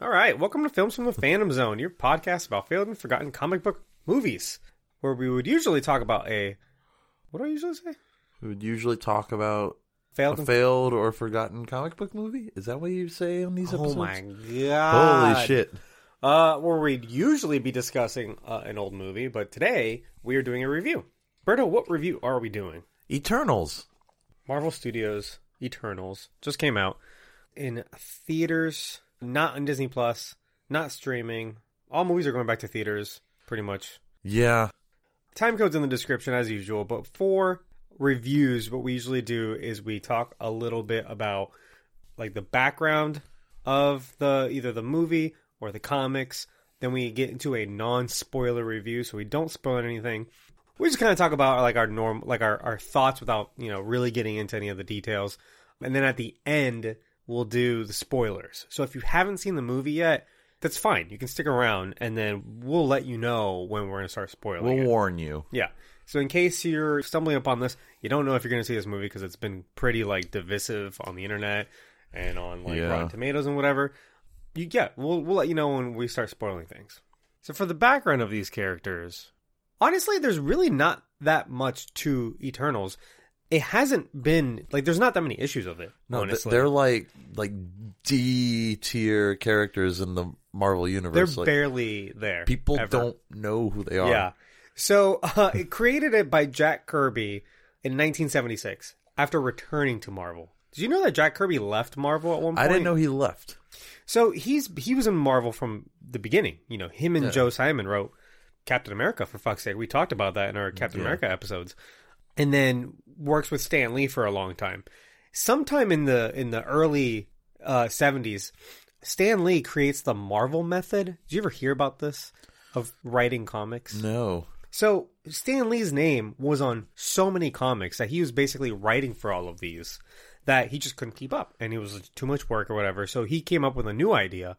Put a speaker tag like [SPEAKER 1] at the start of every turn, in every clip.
[SPEAKER 1] All right, welcome to Films from the Phantom Zone, your podcast about failed and forgotten comic book movies, where we would usually talk about a what do I usually say?
[SPEAKER 2] We would usually talk about
[SPEAKER 1] Failed.
[SPEAKER 2] a
[SPEAKER 1] and-
[SPEAKER 2] failed or forgotten comic book movie. Is that what you say on these
[SPEAKER 1] oh
[SPEAKER 2] episodes?
[SPEAKER 1] my god!
[SPEAKER 2] Holy shit!
[SPEAKER 1] Uh, where we'd usually be discussing uh, an old movie, but today we are doing a review. Berto, what review are we doing?
[SPEAKER 2] Eternals.
[SPEAKER 1] Marvel Studios Eternals just came out in theaters, not on Disney Plus, not streaming. All movies are going back to theaters, pretty much.
[SPEAKER 2] Yeah.
[SPEAKER 1] Time code's in the description as usual, but for reviews, what we usually do is we talk a little bit about like the background of the either the movie or the comics. Then we get into a non-spoiler review, so we don't spoil anything. We just kind of talk about like our norm, like our, our thoughts without you know really getting into any of the details. And then at the end, we'll do the spoilers. So if you haven't seen the movie yet, that's fine. You can stick around, and then we'll let you know when we're going to start spoiling.
[SPEAKER 2] We'll
[SPEAKER 1] it.
[SPEAKER 2] warn you.
[SPEAKER 1] Yeah. So in case you're stumbling upon this, you don't know if you're going to see this movie because it's been pretty like divisive on the internet and on like
[SPEAKER 2] Yeah.
[SPEAKER 1] Rotten Tomatoes and whatever. You yeah, we'll we'll let you know when we start spoiling things. So for the background of these characters, honestly, there's really not that much to Eternals. It hasn't been like there's not that many issues of it.
[SPEAKER 2] No, th-
[SPEAKER 1] honestly,
[SPEAKER 2] they're like like D tier characters in the Marvel
[SPEAKER 1] they're
[SPEAKER 2] universe. like,
[SPEAKER 1] barely there.
[SPEAKER 2] people
[SPEAKER 1] ever.
[SPEAKER 2] don't know who they are.
[SPEAKER 1] Yeah. So uh, it created it by Jack Kirby in 1976 after returning to Marvel. Did you know that Jack Kirby left Marvel at one point?
[SPEAKER 2] I didn't know he left.
[SPEAKER 1] So he's he was in Marvel from the beginning. You know, him and Joe Simon wrote Captain America for fuck's sake. We talked about that in our Captain America episodes. And then works with Stan Lee for a long time. Sometime in the in the early uh, 70s, Stan Lee creates the Marvel method. Did you ever hear about this of writing comics?
[SPEAKER 2] No.
[SPEAKER 1] So Stan Lee's name was on so many comics that he was basically writing for all of these that he just couldn't keep up and it was too much work or whatever. So he came up with a new idea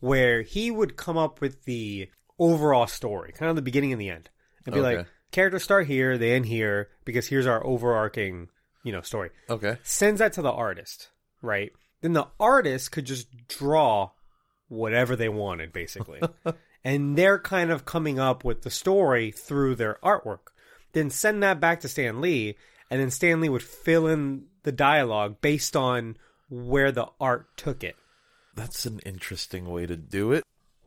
[SPEAKER 1] where he would come up with the overall story, kind of the beginning and the end. And be
[SPEAKER 2] Okay.
[SPEAKER 1] like, characters start here, they end here, because here's our overarching, you know, story
[SPEAKER 2] Okay.
[SPEAKER 1] sends that to the artist, right? Then the artist could just draw whatever they wanted, basically. and they're kind of coming up with the story through their artwork. Then send that back to Stan Lee, and then Stan Lee would fill in the dialogue based on where the art took it.
[SPEAKER 2] That's an interesting way to do it.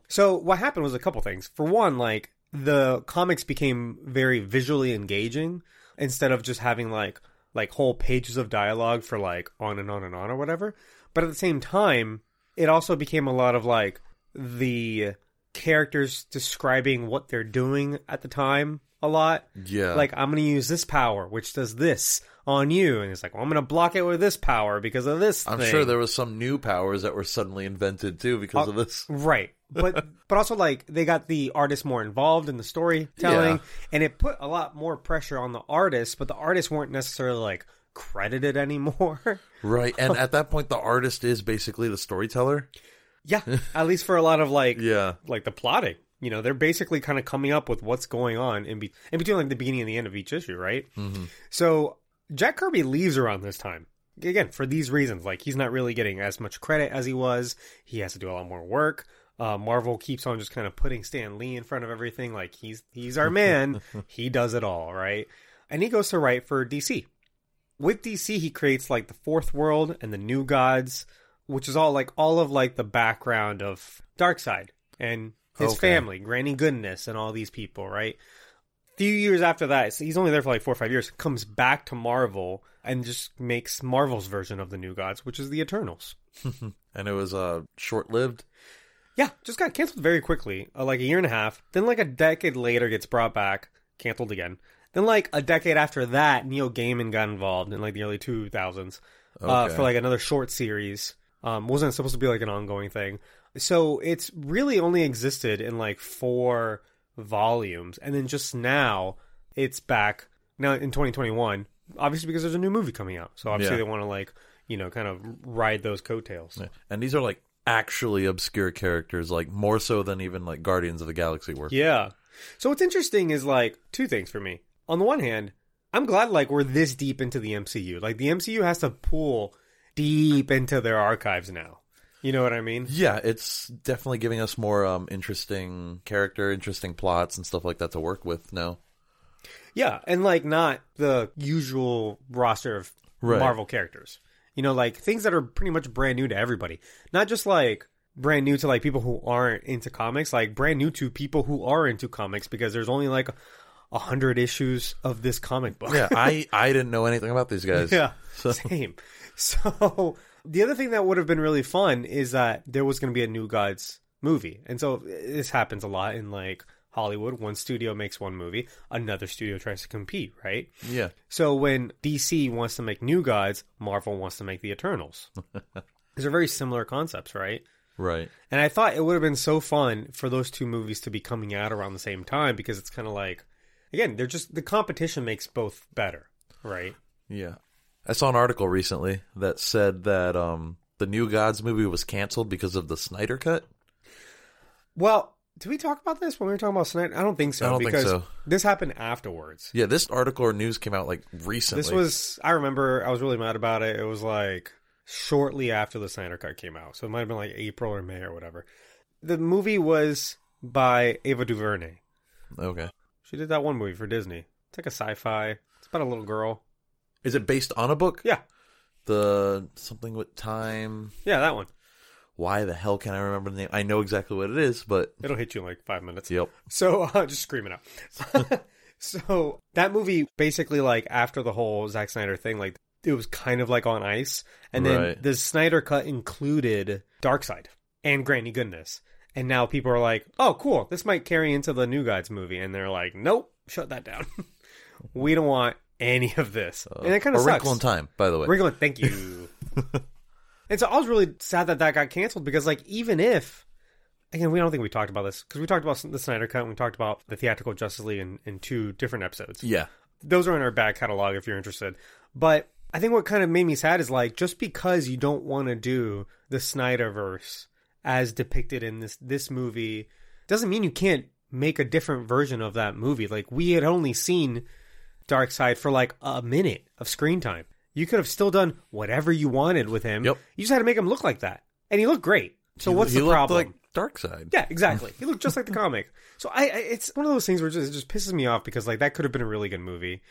[SPEAKER 1] So what happened was a couple things. For one, like the comics became very visually engaging instead of just having like like whole pages of dialogue for like on and on and on or whatever. But at the same time, it also became a lot of like the characters describing what they're doing at the time a lot.
[SPEAKER 2] Yeah.
[SPEAKER 1] Like I'm gonna use this power, which does this on you, and it's like well, I'm gonna block it with this power because of this.
[SPEAKER 2] I'm
[SPEAKER 1] thing.
[SPEAKER 2] sure there was some new powers that were suddenly invented too
[SPEAKER 1] Uh,
[SPEAKER 2] because of this.
[SPEAKER 1] Right. But but also like they got the artist more involved in the storytelling
[SPEAKER 2] Yeah.
[SPEAKER 1] and it put a lot more pressure on the artists, but the artists weren't necessarily like credited anymore.
[SPEAKER 2] Right. And at that point the artist is basically the storyteller.
[SPEAKER 1] yeah. At least for a lot of like
[SPEAKER 2] Yeah.
[SPEAKER 1] like the plotting. You know, they're basically kind of coming up with what's going on in, be- in between like the beginning and the end of each issue, right?
[SPEAKER 2] Mhm.
[SPEAKER 1] So Jack Kirby leaves around this time. Again, for these reasons. Like, he's not really getting as much credit as he was. He has to do a lot more work. Uh, Marvel keeps on just kind of putting Stan Lee in front of everything. Like, he's he's our man. he does it all, right? And he goes to write for DC. With DC, he creates like the Fourth World and the New Gods, which is all like all of like the background of Darkseid and his
[SPEAKER 2] Okay.
[SPEAKER 1] family, Granny Goodness, and all these people, right? few years after that, so he's only there for like four or five years, comes back to Marvel and just makes Marvel's version of the New Gods, which is the Eternals.
[SPEAKER 2] And it was uh short lived.
[SPEAKER 1] Yeah, just got canceled very quickly, uh, like a year and a half. Then, like a decade later, gets brought back, canceled again. Then, like a decade after that, Neil Gaiman got involved in like the early 2000s uh,
[SPEAKER 2] Okay.
[SPEAKER 1] for like another short series. Um, wasn't supposed to be like an ongoing thing. So it's really only existed in like four volumes, and then just now it's back now in 2021. Obviously, because there's a new movie coming out, so obviously
[SPEAKER 2] Yeah.
[SPEAKER 1] they want to like you know kind of ride those coattails.
[SPEAKER 2] And these are like actually obscure characters, like more so than even like Guardians of the Galaxy were.
[SPEAKER 1] Yeah. So what's interesting is like two things for me. On the one hand, I'm glad like we're this deep into the MCU. Like the MCU has to pull deep into their archives now. You know what I mean?
[SPEAKER 2] Yeah, it's definitely giving us more um, interesting character, interesting plots, and stuff like that to work with now.
[SPEAKER 1] Yeah, and like not the usual roster of
[SPEAKER 2] Right.
[SPEAKER 1] Marvel characters. You know, like things that are pretty much brand new to everybody. Not just like brand new to like people who aren't into comics, like brand new to people who are into comics because there's only like a hundred issues of this comic book.
[SPEAKER 2] Yeah, I I didn't know anything about these guys.
[SPEAKER 1] Yeah,
[SPEAKER 2] So-
[SPEAKER 1] same. So the other thing that would have been really fun is that there was going to be a New Gods movie, and so this happens a lot in like Hollywood. One studio makes one movie, another studio tries to compete, right?
[SPEAKER 2] yeah,
[SPEAKER 1] So when DC wants to make New Gods, Marvel wants to make the Eternals. These are very similar concepts, right?
[SPEAKER 2] right.
[SPEAKER 1] And I thought it would have been so fun for those two movies to be coming out around the same time because it's kind of like, again, they're just the competition makes both better, right?
[SPEAKER 2] Yeah, I saw an article recently that said that um, the New Gods movie was canceled because of the Snyder cut.
[SPEAKER 1] Well, did we talk about this when we were talking about Snyder? I don't think so.
[SPEAKER 2] I don't think
[SPEAKER 1] because
[SPEAKER 2] so.
[SPEAKER 1] This happened afterwards.
[SPEAKER 2] Yeah, this article or news came out like recently.
[SPEAKER 1] This was, I remember, I was really mad about it. It was like shortly after the Snyder Cut came out. So it might have been like April or May or whatever. The movie was by Ava DuVernay.
[SPEAKER 2] okay.
[SPEAKER 1] She did that one movie for Disney. It's like a sci fi, it's about a little girl.
[SPEAKER 2] Is it based on a book?
[SPEAKER 1] Yeah.
[SPEAKER 2] The something with time.
[SPEAKER 1] Yeah, that one.
[SPEAKER 2] Why the hell can I remember the name? I know exactly what it is, but
[SPEAKER 1] It'll hit you in like five minutes.
[SPEAKER 2] yep.
[SPEAKER 1] So uh, just screaming out. so that movie basically like after the whole Zack Snyder thing, like it was kind of like on ice, and then
[SPEAKER 2] Right.
[SPEAKER 1] the Snyder cut included Darkseid and Granny Goodness, and now people are like, oh cool, this might carry into the New Gods movie, and they're like, nope, shut that down. we don't want any of this, and it kind
[SPEAKER 2] A
[SPEAKER 1] of sucks.
[SPEAKER 2] Wrinkle in Time, by the way.
[SPEAKER 1] We're going, thank you. and so I was really sad that that got canceled because, like, even if, again, we don't think we talked about this because we talked about the Snyder Cut and we talked about the Theatrical Justice League in, in two different episodes.
[SPEAKER 2] yeah.
[SPEAKER 1] Those are in our back catalog if you're interested. But I think what kind of made me sad is, like, just because you don't want to do the Snyderverse as depicted in this, this movie doesn't mean you can't make a different version of that movie. Like, we had only seen Dark Side for like a minute of screen time. You could have still done whatever you wanted with him.
[SPEAKER 2] Yep.
[SPEAKER 1] You just had to make him look like that. And he looked great. So what's
[SPEAKER 2] he
[SPEAKER 1] the
[SPEAKER 2] looked
[SPEAKER 1] problem?
[SPEAKER 2] Like Dark Side.
[SPEAKER 1] yeah, exactly. He looked just like the comic. So I, I it's one of those things where it just, it just pisses me off because like that could have been a really good movie.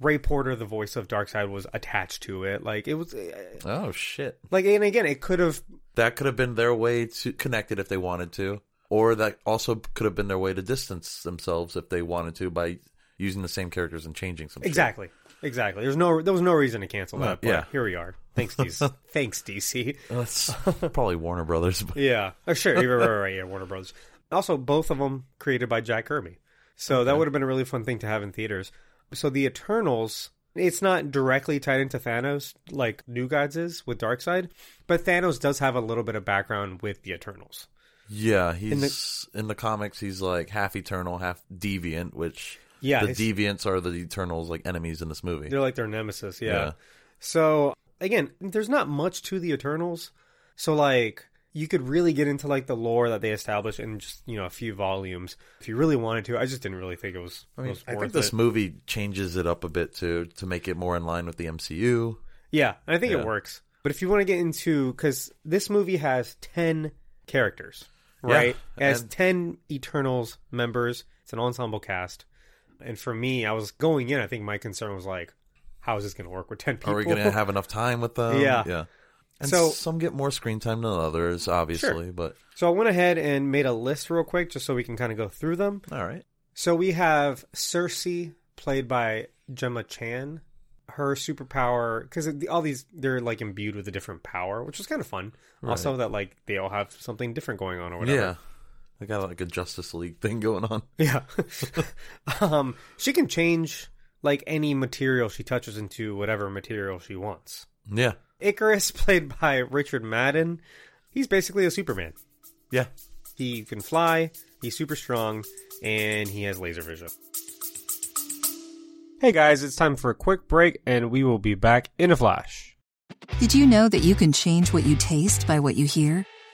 [SPEAKER 1] Ray Porter, the voice of Darkseid, was attached to it. Like it was, uh,
[SPEAKER 2] Oh shit.
[SPEAKER 1] like and again, it could have
[SPEAKER 2] That could have been their way to connect it if they wanted to, or that also could have been their way to distance themselves if they wanted to by using the same characters and changing some. shit.
[SPEAKER 1] Exactly. Exactly. There's no there was no reason to cancel that. But
[SPEAKER 2] yeah.
[SPEAKER 1] Here we are. Thanks, DC. Thanks, DC.
[SPEAKER 2] That's probably Warner Brothers. But
[SPEAKER 1] Yeah. Oh, sure. Right, right, right, yeah. Warner Brothers. Also, both of them created by Jack Kirby. So that would have been a really fun thing to have in theaters. So the Eternals, it's not directly tied into Thanos like New Gods is with Darkseid, but Thanos does have a little bit of background with the Eternals.
[SPEAKER 2] yeah, he's in the, comics. He's like half eternal, half deviant. Which
[SPEAKER 1] Yeah.
[SPEAKER 2] the
[SPEAKER 1] it's-
[SPEAKER 2] deviants are the Eternals, like enemies in this movie.
[SPEAKER 1] They're like their nemesis, yeah.
[SPEAKER 2] Yeah.
[SPEAKER 1] So again, there's not much to the Eternals. So like you could really get into like the lore that they established in just, you know, a few volumes if you really wanted to. I just didn't really think it was,
[SPEAKER 2] I mean,
[SPEAKER 1] was
[SPEAKER 2] I
[SPEAKER 1] worth
[SPEAKER 2] think this
[SPEAKER 1] it.
[SPEAKER 2] movie changes it up a bit too to make it more in line with the MCU.
[SPEAKER 1] Yeah, and I think
[SPEAKER 2] Yeah.
[SPEAKER 1] it works. But if you want to get into cuz this movie has 10 characters, right?
[SPEAKER 2] Yeah,
[SPEAKER 1] it has
[SPEAKER 2] and-
[SPEAKER 1] 10 Eternals members. It's an ensemble cast. And for me, I was going in, I think my concern was like how is this going to work with 10 people?
[SPEAKER 2] Are we going to have enough time with them?
[SPEAKER 1] Yeah.
[SPEAKER 2] yeah. And
[SPEAKER 1] So-
[SPEAKER 2] some get more screen time than others, obviously. But
[SPEAKER 1] So I went ahead and made a list real quick just so we can kind of go through them.
[SPEAKER 2] all right,
[SPEAKER 1] So we have Cersei, played by Gemma Chan. Her superpower, because all these, they're like imbued with a different power, which was kind of fun. Also, that like they all have something different going on or whatever.
[SPEAKER 2] yeah, they got like a Justice League thing going on.
[SPEAKER 1] Yeah. um, she can change like any material she touches into whatever material she wants.
[SPEAKER 2] Yeah,
[SPEAKER 1] Icarus, played by Richard Madden, he's basically a Superman.
[SPEAKER 2] yeah.
[SPEAKER 1] He can fly, he's super strong, and he has laser vision. Hey guys, it's time for a quick break, and we will be back in a flash.
[SPEAKER 3] Did you know that you can change what you taste by what you hear?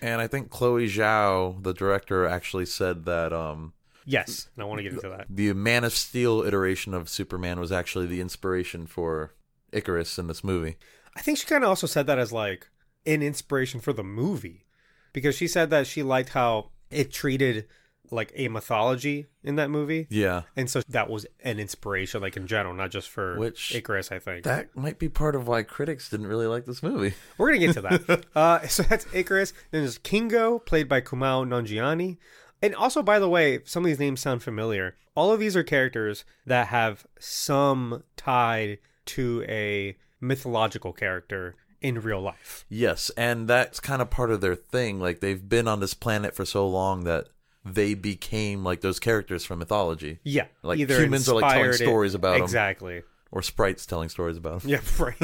[SPEAKER 2] And I think Chloe Zhao, the director, actually said that um,
[SPEAKER 1] Yes, and I want to get into that.
[SPEAKER 2] the Man of Steel iteration of Superman was actually the inspiration for Icarus in this movie.
[SPEAKER 1] I think she kind of also said that as like an inspiration for the movie because she said that she liked how it treated like a mythology in that movie.
[SPEAKER 2] Yeah.
[SPEAKER 1] And so that was an inspiration, like in general, not just for
[SPEAKER 2] Which-
[SPEAKER 1] Icarus, I think.
[SPEAKER 2] That might be part of why critics didn't really like this movie.
[SPEAKER 1] We're going to get to that. uh, so that's Icarus. Then there's Kingo, played by Kumao Nanjiani. And also, by the way, some of these names sound familiar. All of these are characters that have some tied to a mythological character in real life.
[SPEAKER 2] Yes, and that's kind of part of their thing. Like they've been on this planet for so long that they became like those characters from mythology.
[SPEAKER 1] Yeah.
[SPEAKER 2] Like, humans are, like, telling
[SPEAKER 1] inspired
[SPEAKER 2] stories about 'em.
[SPEAKER 1] Exactly.
[SPEAKER 2] Or sprites telling stories about them.
[SPEAKER 1] Yeah, right.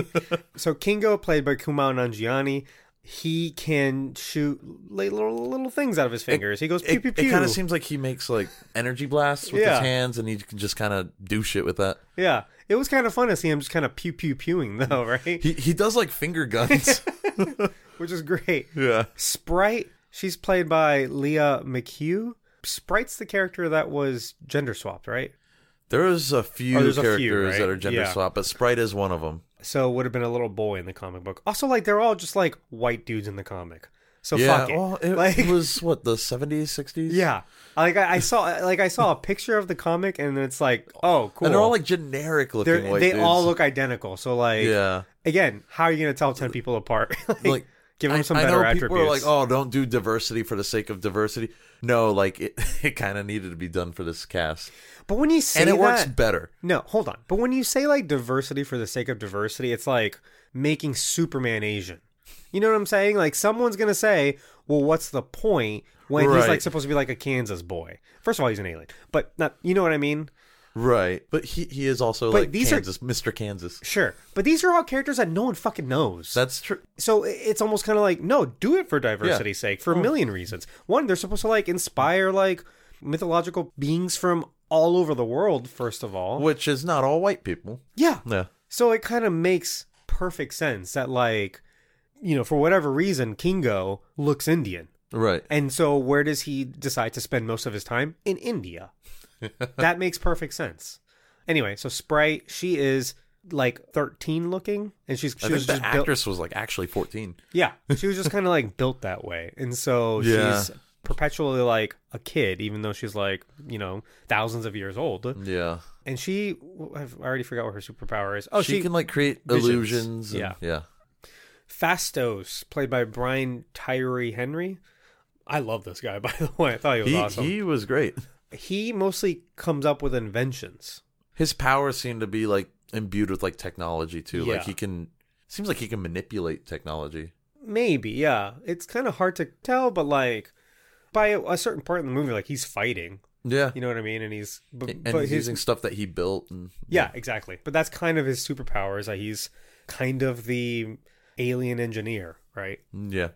[SPEAKER 1] so Kingo, played by Kumao Nanjiani, he can shoot li- little, little things out of his fingers. he goes pew
[SPEAKER 2] It,
[SPEAKER 1] pew pew.
[SPEAKER 2] kind of seems like he makes like energy blasts with
[SPEAKER 1] Yeah.
[SPEAKER 2] his hands, and he can just kind of do shit with that.
[SPEAKER 1] yeah, it was kind of fun to see him just kind of pew pew pewing though, right?
[SPEAKER 2] He he does like finger guns.
[SPEAKER 1] Which is great.
[SPEAKER 2] yeah,
[SPEAKER 1] Sprite, she's played by Leah McHugh. Sprite's the character that was gender swapped, right?
[SPEAKER 2] there's a few
[SPEAKER 1] Oh, there's a few,
[SPEAKER 2] characters that
[SPEAKER 1] right?
[SPEAKER 2] are gender
[SPEAKER 1] Yeah.
[SPEAKER 2] swapped, but Sprite is one of them.
[SPEAKER 1] So would have been a little boy in the comic book. Also, like they're all just like white dudes in the comic. So
[SPEAKER 2] yeah,
[SPEAKER 1] Oh, fuck it.
[SPEAKER 2] well, it,
[SPEAKER 1] like,
[SPEAKER 2] it was what the 70s, 60s.
[SPEAKER 1] Yeah, like I, I saw, like I saw a picture of the comic, and it's like, oh, cool.
[SPEAKER 2] and they're all like generic looking.
[SPEAKER 1] They're-
[SPEAKER 2] white
[SPEAKER 1] they
[SPEAKER 2] dudes.
[SPEAKER 1] all look identical. So like,
[SPEAKER 2] yeah.
[SPEAKER 1] again, how are you gonna tell ten people apart? like,
[SPEAKER 2] like
[SPEAKER 1] give them
[SPEAKER 2] I-
[SPEAKER 1] some
[SPEAKER 2] I
[SPEAKER 1] better
[SPEAKER 2] know
[SPEAKER 1] attributes.
[SPEAKER 2] People are like, oh, don't do diversity for the sake of diversity. No, like it, it kind of needed to be done for this cast,
[SPEAKER 1] but when you say
[SPEAKER 2] and it
[SPEAKER 1] that,
[SPEAKER 2] works better.
[SPEAKER 1] no, hold on. But when you say like diversity for the sake of diversity, it's like making Superman Asian. You know what I'm saying? Like someone's gonna say, well, what's the point when he's
[SPEAKER 2] Right.
[SPEAKER 1] like supposed to be like a Kansas boy? First of all, he's an alien, but not. You know what I mean?
[SPEAKER 2] Right, but he he is also
[SPEAKER 1] But
[SPEAKER 2] like
[SPEAKER 1] these are-
[SPEAKER 2] Kansas, Mr. Kansas.
[SPEAKER 1] Sure, but these are all characters that no one fucking knows.
[SPEAKER 2] That's true.
[SPEAKER 1] so i- it's almost kind of like no do it for diversity's sake for a million reasons one they're supposed to like inspire like mythological beings from all over the world first of all
[SPEAKER 2] Which is not all white people.
[SPEAKER 1] yeah
[SPEAKER 2] Yeah,
[SPEAKER 1] so it kind of makes perfect sense that like you know for whatever reason kingo looks indian
[SPEAKER 2] right.
[SPEAKER 1] and so where does he decide to spend most of his time in india that makes perfect sense anyway so sprite she is like 13 looking and she's she
[SPEAKER 2] I think
[SPEAKER 1] was
[SPEAKER 2] the
[SPEAKER 1] just built-
[SPEAKER 2] actress was like actually fourteen.
[SPEAKER 1] yeah, she was just kind of like built that way, and so
[SPEAKER 2] Yeah.
[SPEAKER 1] she's perpetually like a kid, even though she's like you know thousands of years old.
[SPEAKER 2] Yeah,
[SPEAKER 1] And she, I've already forgot what her superpower is. Oh,
[SPEAKER 2] she,
[SPEAKER 1] she,
[SPEAKER 2] can like create
[SPEAKER 1] visions.
[SPEAKER 2] illusions. and-
[SPEAKER 1] Yeah.
[SPEAKER 2] yeah.
[SPEAKER 1] Fastos, played by Brian Tyree Henry. I love this guy, by the way. I thought he was
[SPEAKER 2] He
[SPEAKER 1] awesome.
[SPEAKER 2] he was great.
[SPEAKER 1] he mostly comes up with inventions.
[SPEAKER 2] His powers seem to be like imbued with like technology too.
[SPEAKER 1] Yeah.
[SPEAKER 2] Like he can seems like he can manipulate technology.
[SPEAKER 1] Maybe, yeah. It's kind of hard to tell, but like by a certain part in the movie, like he's fighting.
[SPEAKER 2] Yeah,
[SPEAKER 1] You know what I mean? And he's but,
[SPEAKER 2] and
[SPEAKER 1] but
[SPEAKER 2] he's
[SPEAKER 1] his
[SPEAKER 2] using stuff that he built. And,
[SPEAKER 1] Yeah, exactly. But that's kind of his superpower is that he's kind of the alien engineer, right?
[SPEAKER 2] yeah.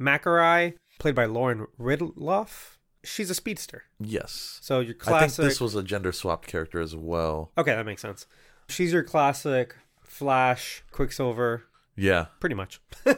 [SPEAKER 1] Makarai, played by Lauren Ridloff, she's a speedster.
[SPEAKER 2] Yes.
[SPEAKER 1] So your
[SPEAKER 2] I think
[SPEAKER 1] classic.
[SPEAKER 2] this was a gender swapped character as well.
[SPEAKER 1] Okay, that makes sense. She's your classic Flash, Quicksilver,
[SPEAKER 2] Yeah.
[SPEAKER 1] pretty much.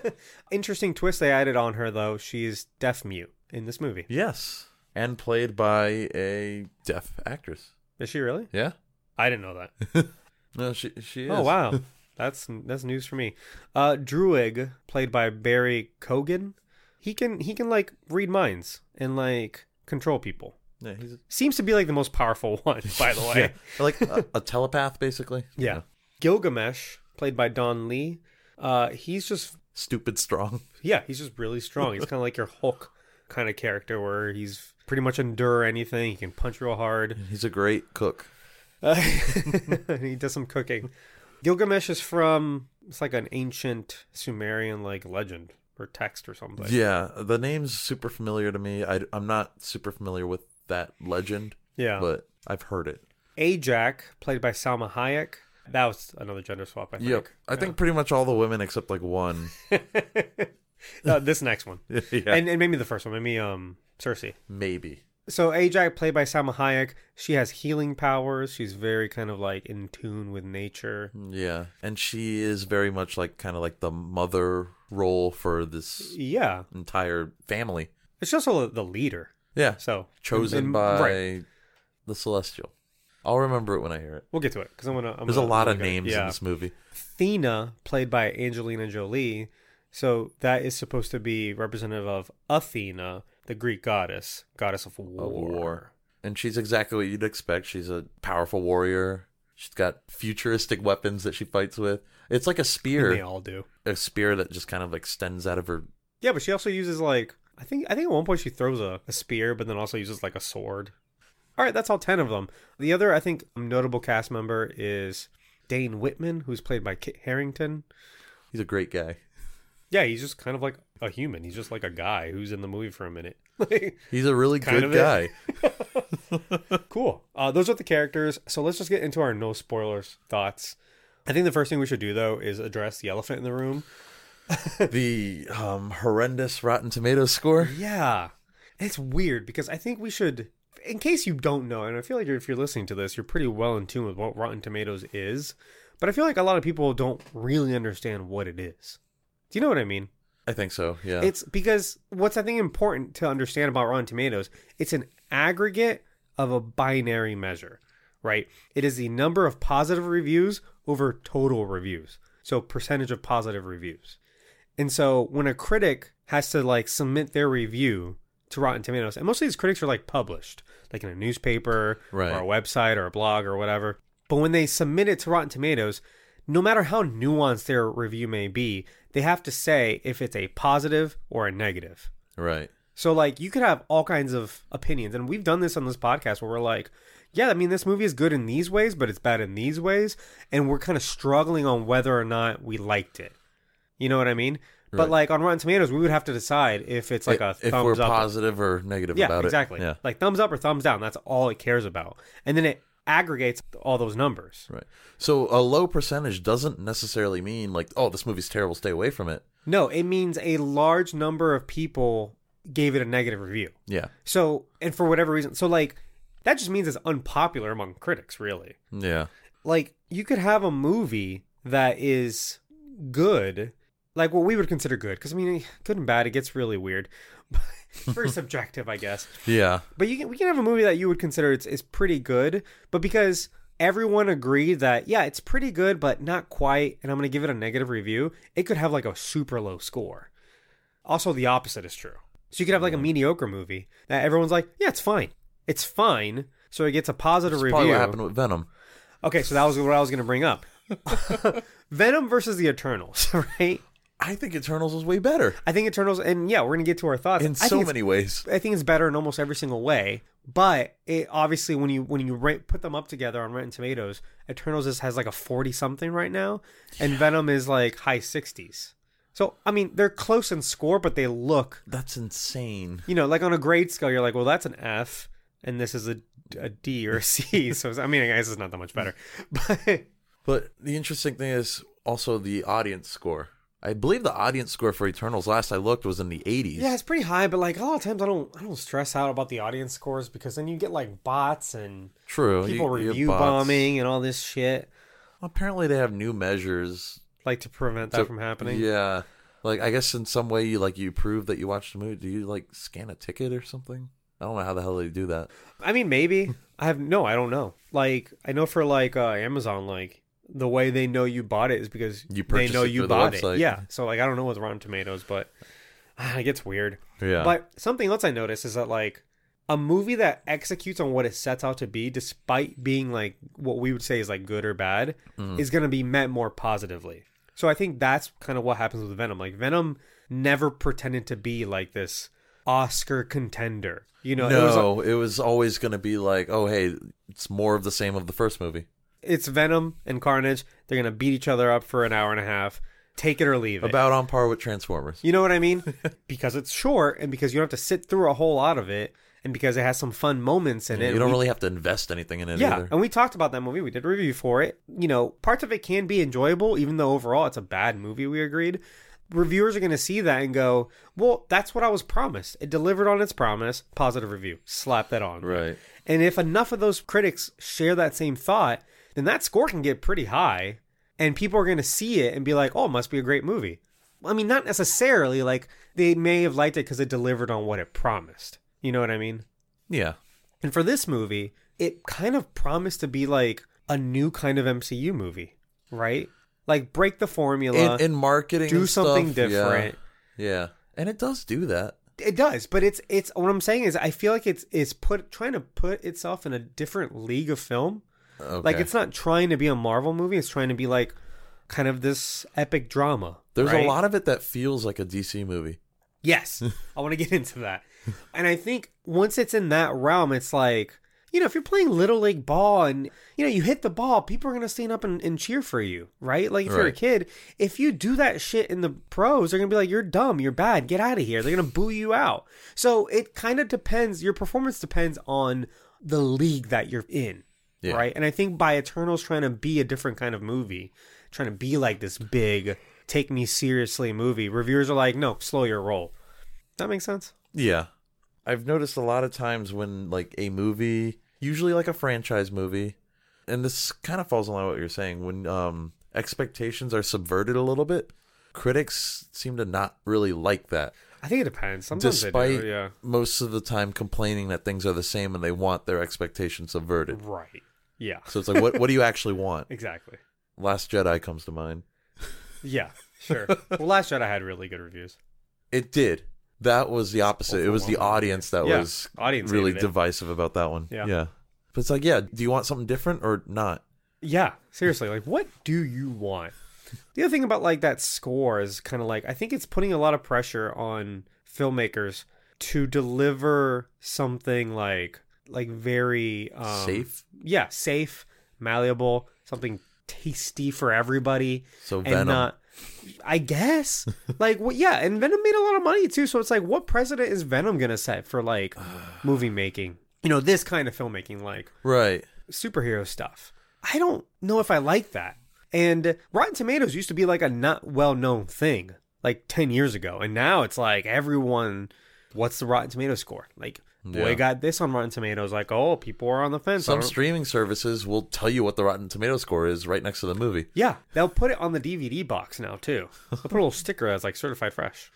[SPEAKER 1] Interesting twist they added on her though. She's deaf mute in this movie.
[SPEAKER 2] Yes. And played by a deaf actress.
[SPEAKER 1] Is she really?
[SPEAKER 2] Yeah.
[SPEAKER 1] I didn't know that.
[SPEAKER 2] No, she she is.
[SPEAKER 1] Oh wow, that's that's news for me. Uh, Druig, played by Barry Cogan, he can he can like read minds and like control people.
[SPEAKER 2] Yeah, he's a,
[SPEAKER 1] Seems to be like the most powerful one, by the way.
[SPEAKER 2] yeah, like a, a telepath basically.
[SPEAKER 1] Yeah. Gilgamesh, played by Don Lee, uh, he's just
[SPEAKER 2] Stupid strong.
[SPEAKER 1] yeah, he's just really strong. He's kind of like your Hulk kind of character where he's pretty much endure anything. He can punch real hard.
[SPEAKER 2] He's a great cook.
[SPEAKER 1] Uh, he does some cooking. Gilgamesh is from it's like an ancient Sumerian like legend or text or something.
[SPEAKER 2] yeah, the name's super familiar to me. I am not super familiar with that legend,
[SPEAKER 1] Yeah.
[SPEAKER 2] but I've heard it.
[SPEAKER 1] Ajak, played by Salma Hayek. That was another gender swap, I think.
[SPEAKER 2] Yep. I think pretty much all the women except like one.
[SPEAKER 1] No, this next one.
[SPEAKER 2] yeah.
[SPEAKER 1] And, and maybe the first one, maybe um Cersei.
[SPEAKER 2] Maybe.
[SPEAKER 1] So Ajak, played by Salma Hayek, she has healing powers. She's very kind of like in tune with nature.
[SPEAKER 2] Yeah. And she is very much like kind of like the mother role for this
[SPEAKER 1] Yeah,
[SPEAKER 2] entire family.
[SPEAKER 1] it's also the leader.
[SPEAKER 2] Yeah.
[SPEAKER 1] So
[SPEAKER 2] Chosen
[SPEAKER 1] and-
[SPEAKER 2] by
[SPEAKER 1] right.
[SPEAKER 2] the Celestial. I'll remember it when I hear it.
[SPEAKER 1] We'll get to it because I'm gonna. I'm
[SPEAKER 2] There's a
[SPEAKER 1] gonna-
[SPEAKER 2] lot
[SPEAKER 1] I'm
[SPEAKER 2] of
[SPEAKER 1] gonna-
[SPEAKER 2] names
[SPEAKER 1] yeah.
[SPEAKER 2] in this movie.
[SPEAKER 1] Athena, played by Angelina Jolie. So that is supposed to be representative of Athena, the Greek goddess, goddess of war.
[SPEAKER 2] of war. And she's exactly what you'd expect. She's a powerful warrior. She's got futuristic weapons that she fights with. It's like a
[SPEAKER 1] And They
[SPEAKER 2] spear,
[SPEAKER 1] all do.
[SPEAKER 2] a spear that just kind of extends out of her.
[SPEAKER 1] Yeah, but she also uses like I think I think at one point she throws a, a spear, but then also uses like a sword. All right, that's all ten of them. The other I think notable cast member is Dane Whitman, who's played by Kit Harrington.
[SPEAKER 2] He's a great guy.
[SPEAKER 1] Yeah, he's just kind of like a human. He's just like a guy who's in the movie for a minute. Like,
[SPEAKER 2] He's a really
[SPEAKER 1] Kind
[SPEAKER 2] good
[SPEAKER 1] of it.
[SPEAKER 2] guy.
[SPEAKER 1] cool. Uh, those are the characters. So let's just get into our no spoilers thoughts. I think the first thing we should do though is address the elephant in the room.
[SPEAKER 2] the um, horrendous Rotten Tomatoes score.
[SPEAKER 1] Yeah. It's weird because I think we should in case you don't know, and I feel like if you're listening to this, you're pretty well in tune with what Rotten Tomatoes is, but I feel like a lot of people don't really understand what it is. Do you know what I mean?
[SPEAKER 2] I think so. Yeah.
[SPEAKER 1] It's because what's I think important to understand about Rotten Tomatoes, it's an aggregate of a binary measure, right? It is the number of positive reviews over total reviews. So percentage of positive reviews. And so when a critic has to like submit their review to Rotten Tomatoes, and most of these critics are like published, like in a newspaper
[SPEAKER 2] Right.
[SPEAKER 1] or a website or a blog or whatever. But when they submit it to Rotten Tomatoes, no matter how nuanced their review may be, they have to say if it's a positive or a negative.
[SPEAKER 2] right.
[SPEAKER 1] So like you could have all kinds of opinions and we've done this on this podcast where we're like, yeah, I mean this movie is good in these ways, but it's bad in these ways and we're kind of struggling on whether or not we liked it. You know what I mean? But
[SPEAKER 2] Right.
[SPEAKER 1] like on Rotten Tomatoes, we would have to decide if it's like a
[SPEAKER 2] if
[SPEAKER 1] thumbs
[SPEAKER 2] we're
[SPEAKER 1] up. or-
[SPEAKER 2] positive or negative
[SPEAKER 1] yeah,
[SPEAKER 2] about
[SPEAKER 1] exactly.
[SPEAKER 2] it. Yeah.
[SPEAKER 1] Like thumbs up or thumbs down, that's all it cares about. And then it aggregates all those numbers.
[SPEAKER 2] Right. So a low percentage doesn't necessarily mean like, oh, this movie's terrible. Stay away from it.
[SPEAKER 1] No, it means a large number of people gave it a negative review.
[SPEAKER 2] Yeah.
[SPEAKER 1] So, and for whatever reason, so like that just means it's unpopular among critics, really.
[SPEAKER 2] Yeah.
[SPEAKER 1] Like you could have a movie that is good, like what we would consider good, because I mean, eh, good and bad, it gets really weird. Very subjective, I guess.
[SPEAKER 2] Yeah.
[SPEAKER 1] But you can, we can have a movie that you would consider it's, it's pretty good, but because everyone agreed that yeah, it's pretty good, but not quite, and I'm gonna give it a negative review, it could have like a super low score. Also, the opposite is true. So you could have
[SPEAKER 2] Mm-hmm.
[SPEAKER 1] like a mediocre movie that everyone's like, yeah, it's fine, it's fine. So it gets a positive
[SPEAKER 2] That's
[SPEAKER 1] review.
[SPEAKER 2] probably what happened with Venom.
[SPEAKER 1] Okay, so that was what I was gonna bring up. Venom versus the Eternals, right?
[SPEAKER 2] I think Eternals was way better
[SPEAKER 1] I think Eternals, and yeah, we're gonna get to our thoughts
[SPEAKER 2] in
[SPEAKER 1] I think
[SPEAKER 2] so
[SPEAKER 1] it's
[SPEAKER 2] many ways.
[SPEAKER 1] I think it's better in almost every single way. But it obviously when you when you ra- put them up together on Rotten Tomatoes, Eternals just has like a forty something right now, and Venom is like high sixties. So I mean, they're close in score, but they look
[SPEAKER 2] That's insane.
[SPEAKER 1] you know like on a grade scale, you're like, well, that's an F, and this is a, a D or a C. so it's- I mean, I guess it's not that much better. But
[SPEAKER 2] But the interesting thing is also the audience score. I believe the audience score for Eternals last I looked was in the 80s.
[SPEAKER 1] yeah, it's pretty high. But like a lot of times, I don't I don't stress out about the audience scores because then you get like bots and
[SPEAKER 2] True.
[SPEAKER 1] people
[SPEAKER 2] You- you have
[SPEAKER 1] review
[SPEAKER 2] bots.
[SPEAKER 1] bombing and all this shit.
[SPEAKER 2] Apparently they have new measures
[SPEAKER 1] like to prevent that
[SPEAKER 2] So-
[SPEAKER 1] from happening.
[SPEAKER 2] Yeah. Like I guess in some way you like you prove that you watched the movie. Do you like scan a ticket or something? I don't know how the hell they do that.
[SPEAKER 1] I mean, maybe I have no, I don't know. Like I know for like uh, Amazon, like the way they know you bought it is because they
[SPEAKER 2] You purchased
[SPEAKER 1] know
[SPEAKER 2] it
[SPEAKER 1] you
[SPEAKER 2] through the
[SPEAKER 1] bought
[SPEAKER 2] website.
[SPEAKER 1] it. Yeah. So like I don't know with Rotten Tomatoes, but ah, it gets weird.
[SPEAKER 2] Yeah.
[SPEAKER 1] But something else I noticed is that like a movie that executes on what it sets out to be, despite being like what we would say is like good or bad,
[SPEAKER 2] Mm-hmm.
[SPEAKER 1] is going to be met more positively. So I think that's kind of what happens with Venom. Like Venom never pretended to be like this Oscar contender. You know, it was
[SPEAKER 2] no, it was always going to be like, oh hey, it's more of the same of the first movie.
[SPEAKER 1] it's Venom and Carnage. They're gonna beat each other up for an hour and a half. Take it or leave it.
[SPEAKER 2] About on par with Transformers.
[SPEAKER 1] you know what I mean? because it's short and because you don't have to sit through a whole lot of it. and because it has some fun moments in it.
[SPEAKER 2] you don't
[SPEAKER 1] we-
[SPEAKER 2] really have to invest anything in it
[SPEAKER 1] yeah,
[SPEAKER 2] either.
[SPEAKER 1] and we talked about that movie. We did a review for it. You know, parts of it can be enjoyable, even though overall it's a bad movie. We agreed. Reviewers are going to see that and go, "Well, that's what I was promised. It delivered on its promise." Positive review. Slap that on.
[SPEAKER 2] Right.
[SPEAKER 1] And if enough of those critics share that same thought, then that score can get pretty high, and people are going to see it and be like, "Oh, it must be a great movie." I mean, not necessarily. Like they may have liked it because it delivered on what it promised. You know what I mean?
[SPEAKER 2] Yeah.
[SPEAKER 1] And for this movie, it kind of promised to be like a new kind of MCU movie, right? Like break the formula.
[SPEAKER 2] In, in marketing,
[SPEAKER 1] uh, do
[SPEAKER 2] and stuff,
[SPEAKER 1] something
[SPEAKER 2] yeah.
[SPEAKER 1] different.
[SPEAKER 2] Yeah. and it does do that.
[SPEAKER 1] it does, but it's it's what I'm saying is I feel like it's it's put trying to put itself in a different league of film.
[SPEAKER 2] Okay.
[SPEAKER 1] Like it's not trying to be a Marvel movie, it's trying to be like kind of this epic drama.
[SPEAKER 2] There's
[SPEAKER 1] right?
[SPEAKER 2] a lot of it that feels like a DC movie.
[SPEAKER 1] Yes, I want to get into that. And I think once it's in that realm, it's like, you know, if you're playing little league ball and, you know, you hit the ball, people are going to stand up and, and cheer for you, right? Like if you're a
[SPEAKER 2] Right.
[SPEAKER 1] kid, if you do that shit in the pros, they're going to be like, you're dumb, you're bad, get out of here. They're going to boo you out. So it kind of depends, your performance depends on the league that you're in.
[SPEAKER 2] Yeah.
[SPEAKER 1] Right. And I think by Eternals trying to be a different kind of movie, trying to be like this big, take me seriously movie, reviewers are like, no, slow your roll. That makes sense.
[SPEAKER 2] Yeah. I've noticed a lot of times when like a movie, usually like a franchise movie, and this kind of falls in line with what you're saying, when um expectations are subverted a little bit, critics seem to not really like that.
[SPEAKER 1] I think it depends. Sometimes
[SPEAKER 2] despite
[SPEAKER 1] they do, yeah.
[SPEAKER 2] most of the time complaining that things are the same and they want their expectations subverted.
[SPEAKER 1] Right. Yeah.
[SPEAKER 2] So it's like what what do you actually want?
[SPEAKER 1] Exactly.
[SPEAKER 2] Last Jedi comes to mind.
[SPEAKER 1] Yeah. Sure. well, last Jedi had really good reviews.
[SPEAKER 2] It did. That was the opposite. It was the audience that
[SPEAKER 1] Yeah.
[SPEAKER 2] was
[SPEAKER 1] Audience
[SPEAKER 2] really
[SPEAKER 1] hated it.
[SPEAKER 2] divisive about that one.
[SPEAKER 1] Yeah.
[SPEAKER 2] But it's like, yeah, do you want something different or not?
[SPEAKER 1] Yeah. Seriously. Like, what do you want? The other thing about like that score is kind of like I think it's putting a lot of pressure on filmmakers to deliver something like like very um,
[SPEAKER 2] Safe?
[SPEAKER 1] yeah, safe, malleable, something tasty for everybody.
[SPEAKER 2] So
[SPEAKER 1] and
[SPEAKER 2] Venom.
[SPEAKER 1] not- I guess. like, well, yeah, and Venom made a lot of money too. So it's like, what precedent is Venom gonna set for like movie making? You know, this kind of filmmaking, like
[SPEAKER 2] Right.
[SPEAKER 1] superhero stuff. I don't know if I like that. And Rotten Tomatoes used to be like a not well known thing like 10 years ago. And now it's like everyone, what's the Rotten Tomato score? Like, boy,
[SPEAKER 2] Yeah.
[SPEAKER 1] got this on Rotten Tomatoes. Like, oh, people are on the fence. I
[SPEAKER 2] Some
[SPEAKER 1] don't-
[SPEAKER 2] streaming services will tell you what the Rotten Tomato score is right next to the movie.
[SPEAKER 1] Yeah, they'll put it on the DVD box now too. They'll put a little sticker that's like certified fresh.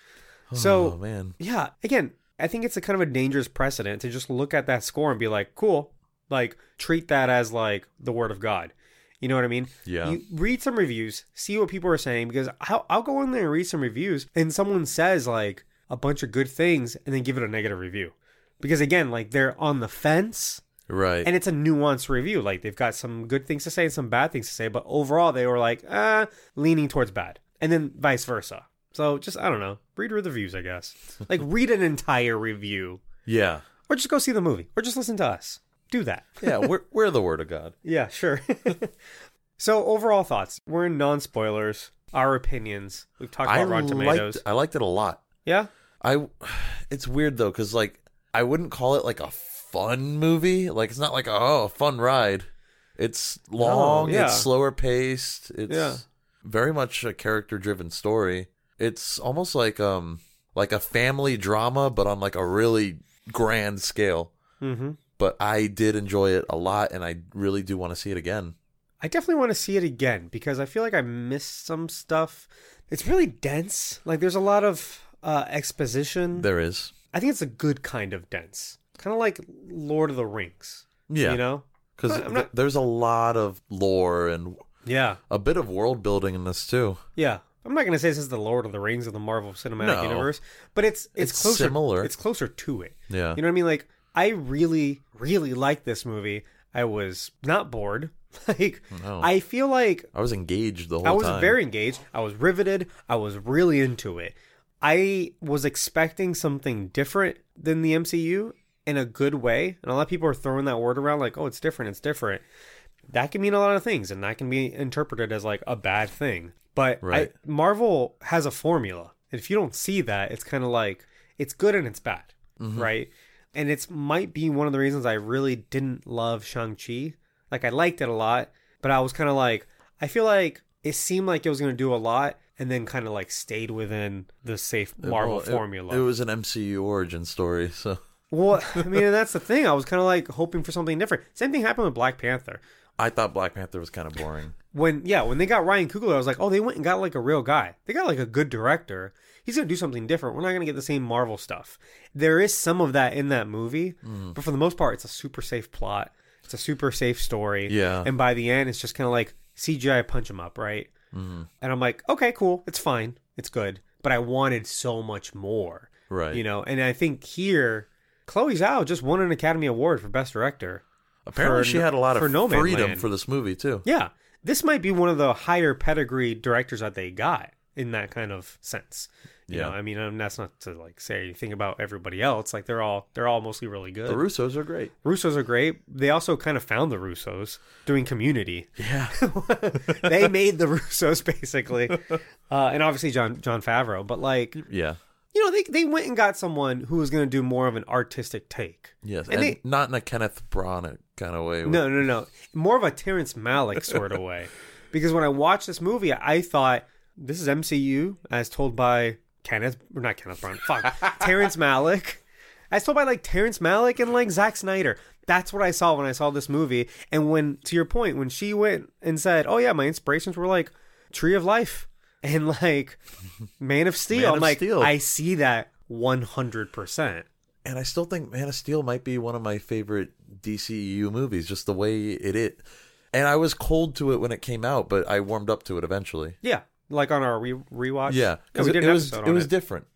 [SPEAKER 1] So
[SPEAKER 2] oh man.
[SPEAKER 1] yeah, again, I think it's a kind of a dangerous precedent to just look at that score and be like, cool, like treat that as like the word of God. You know what I mean?
[SPEAKER 2] Yeah.
[SPEAKER 1] You read some reviews, see what people are saying, because I'll, I'll go in there and read some reviews, and someone says like a bunch of good things, and then give it a negative review, because again, like they're on the fence
[SPEAKER 2] Right.
[SPEAKER 1] and it's a nuanced review. Like they've got some good things to say and some bad things to say, but overall they were like, uh, leaning towards bad, and then vice versa. So just I don't know, read the reviews, I guess. Like read an entire review,
[SPEAKER 2] yeah.
[SPEAKER 1] or just go see the movie, or just listen to us. Do that.
[SPEAKER 2] Yeah, we're we're the word of God.
[SPEAKER 1] Yeah, sure. so overall thoughts. We're in non spoilers. Our opinions. We've talked about
[SPEAKER 2] I
[SPEAKER 1] Rotten
[SPEAKER 2] liked
[SPEAKER 1] Tomatoes.
[SPEAKER 2] I liked it a lot.
[SPEAKER 1] Yeah.
[SPEAKER 2] I it's weird though cuz like I wouldn't call it like a fun movie. Like it's not like oh, a fun ride. It's long,
[SPEAKER 1] yeah.
[SPEAKER 2] it's slower paced. It's
[SPEAKER 1] Yeah.
[SPEAKER 2] very much a character-driven story. It's almost like um like a family drama but on like a really grand scale.
[SPEAKER 1] Mm-hmm.
[SPEAKER 2] But I did enjoy it a lot and I really do want to see it again.
[SPEAKER 1] I definitely want to see it again because I feel like I missed some stuff. It's really dense. Like there's a lot of uh, exposition.
[SPEAKER 2] There is.
[SPEAKER 1] I think it's a good kind of dense, kind of like Lord of the Rings.
[SPEAKER 2] Yeah.
[SPEAKER 1] you know.
[SPEAKER 2] Because
[SPEAKER 1] I'm not-
[SPEAKER 2] th- there's a lot of lore and
[SPEAKER 1] Yeah,
[SPEAKER 2] a bit of world building in this too.
[SPEAKER 1] yeah. I'm not gonna say this is the Lord of the Rings of the Marvel Cinematic
[SPEAKER 2] No.
[SPEAKER 1] Universe, but it's it's,
[SPEAKER 2] It's
[SPEAKER 1] closer.
[SPEAKER 2] similar.
[SPEAKER 1] It's closer to it.
[SPEAKER 2] Yeah.
[SPEAKER 1] You know what I mean? Like I really, really liked this movie. I was not bored. Like
[SPEAKER 2] No.
[SPEAKER 1] I feel like
[SPEAKER 2] I was engaged the whole
[SPEAKER 1] I was
[SPEAKER 2] time.
[SPEAKER 1] very engaged. I was riveted. I was really into it. I was expecting something different than the MCU in a good way. And a lot of people are throwing that word around like, oh, it's different. It's different. That can mean a lot of things and that can be interpreted as like a bad thing. But
[SPEAKER 2] Right.
[SPEAKER 1] I, Marvel has
[SPEAKER 2] Mm-hmm.
[SPEAKER 1] a formula. If you don't see that, it's kind of like it's good and it's bad, right? and it's might be one of the reasons I really didn't love Shang Chi. Like I liked it a lot, but I was kind of like I feel like it seemed like it was going to do a lot, and then kind of like stayed within the safe Marvel
[SPEAKER 2] Well, it-
[SPEAKER 1] formula.
[SPEAKER 2] It, was an MCU origin story, so
[SPEAKER 1] well, I mean, and that's the thing. I was kind of like hoping for something different. Same thing happened with Black Panther.
[SPEAKER 2] I thought Black Panther was kind of boring.
[SPEAKER 1] when yeah when they got Ryan Coogler, I was like, oh, they went and got like a real guy. They got like a good director. He's gonna do something different. We're not gonna get the same Marvel stuff. There is some of that in that movie,
[SPEAKER 2] Hmm.
[SPEAKER 1] but for the most part, it's a super safe plot. It's a super safe story.
[SPEAKER 2] Yeah.
[SPEAKER 1] And by the end, it's just kind of like CGI punch him up, right?
[SPEAKER 2] Hmm.
[SPEAKER 1] And I'm like, okay, cool. It's fine. It's good. But I wanted so much more.
[SPEAKER 2] Right.
[SPEAKER 1] You know. And I think here, Chloe Zhao just won an Academy Award for Best Director.
[SPEAKER 2] Apparently,
[SPEAKER 1] For
[SPEAKER 2] she
[SPEAKER 1] no-
[SPEAKER 2] had a lot
[SPEAKER 1] for
[SPEAKER 2] of
[SPEAKER 1] No Man
[SPEAKER 2] freedom
[SPEAKER 1] Land.
[SPEAKER 2] for this movie too.
[SPEAKER 1] Yeah. This might be one of the higher pedigree directors that they got in that kind of sense. You
[SPEAKER 2] Yeah.
[SPEAKER 1] know, I mean, um, that's not to like say anything about everybody else. Like they're all they're all mostly really good.
[SPEAKER 2] The Russos are great.
[SPEAKER 1] Russos are great. They also kind of found the Russos doing community.
[SPEAKER 2] Yeah,
[SPEAKER 1] they made the Russos basically. Uh, and obviously John John Favreau, but like, you
[SPEAKER 2] yeah,
[SPEAKER 1] know, they they went and got someone who was going to do more of an artistic take.
[SPEAKER 2] yes, and,
[SPEAKER 1] And they-
[SPEAKER 2] not in a Kenneth Branagh kind of way.
[SPEAKER 1] No, no, no. More of a Terrence Malick sort of way. Because when I watched this movie, I thought this is MCU as told by Kenneth, or not Kenneth Brown, fuck, Terrence Malick. As told by like Terrence Malick and like Zack Snyder. That's what I saw when I saw this movie. And when, to your point, when she went and said, oh yeah, my inspirations were like Tree of Life and like Man of Steel,
[SPEAKER 2] Man
[SPEAKER 1] I'm
[SPEAKER 2] of
[SPEAKER 1] like,
[SPEAKER 2] Steel.
[SPEAKER 1] I see that 100%.
[SPEAKER 2] and I still think Man of Steel might be one of my favorite DCU movies, just the way it it. And I was cold to it when it came out, but I warmed up to it eventually.
[SPEAKER 1] Yeah. Like on our re- rewatch.
[SPEAKER 2] Yeah,
[SPEAKER 1] Yeah,
[SPEAKER 2] because
[SPEAKER 1] we
[SPEAKER 2] it,
[SPEAKER 1] did
[SPEAKER 2] it
[SPEAKER 1] an
[SPEAKER 2] was
[SPEAKER 1] episode
[SPEAKER 2] it
[SPEAKER 1] on
[SPEAKER 2] was
[SPEAKER 1] it.
[SPEAKER 2] different.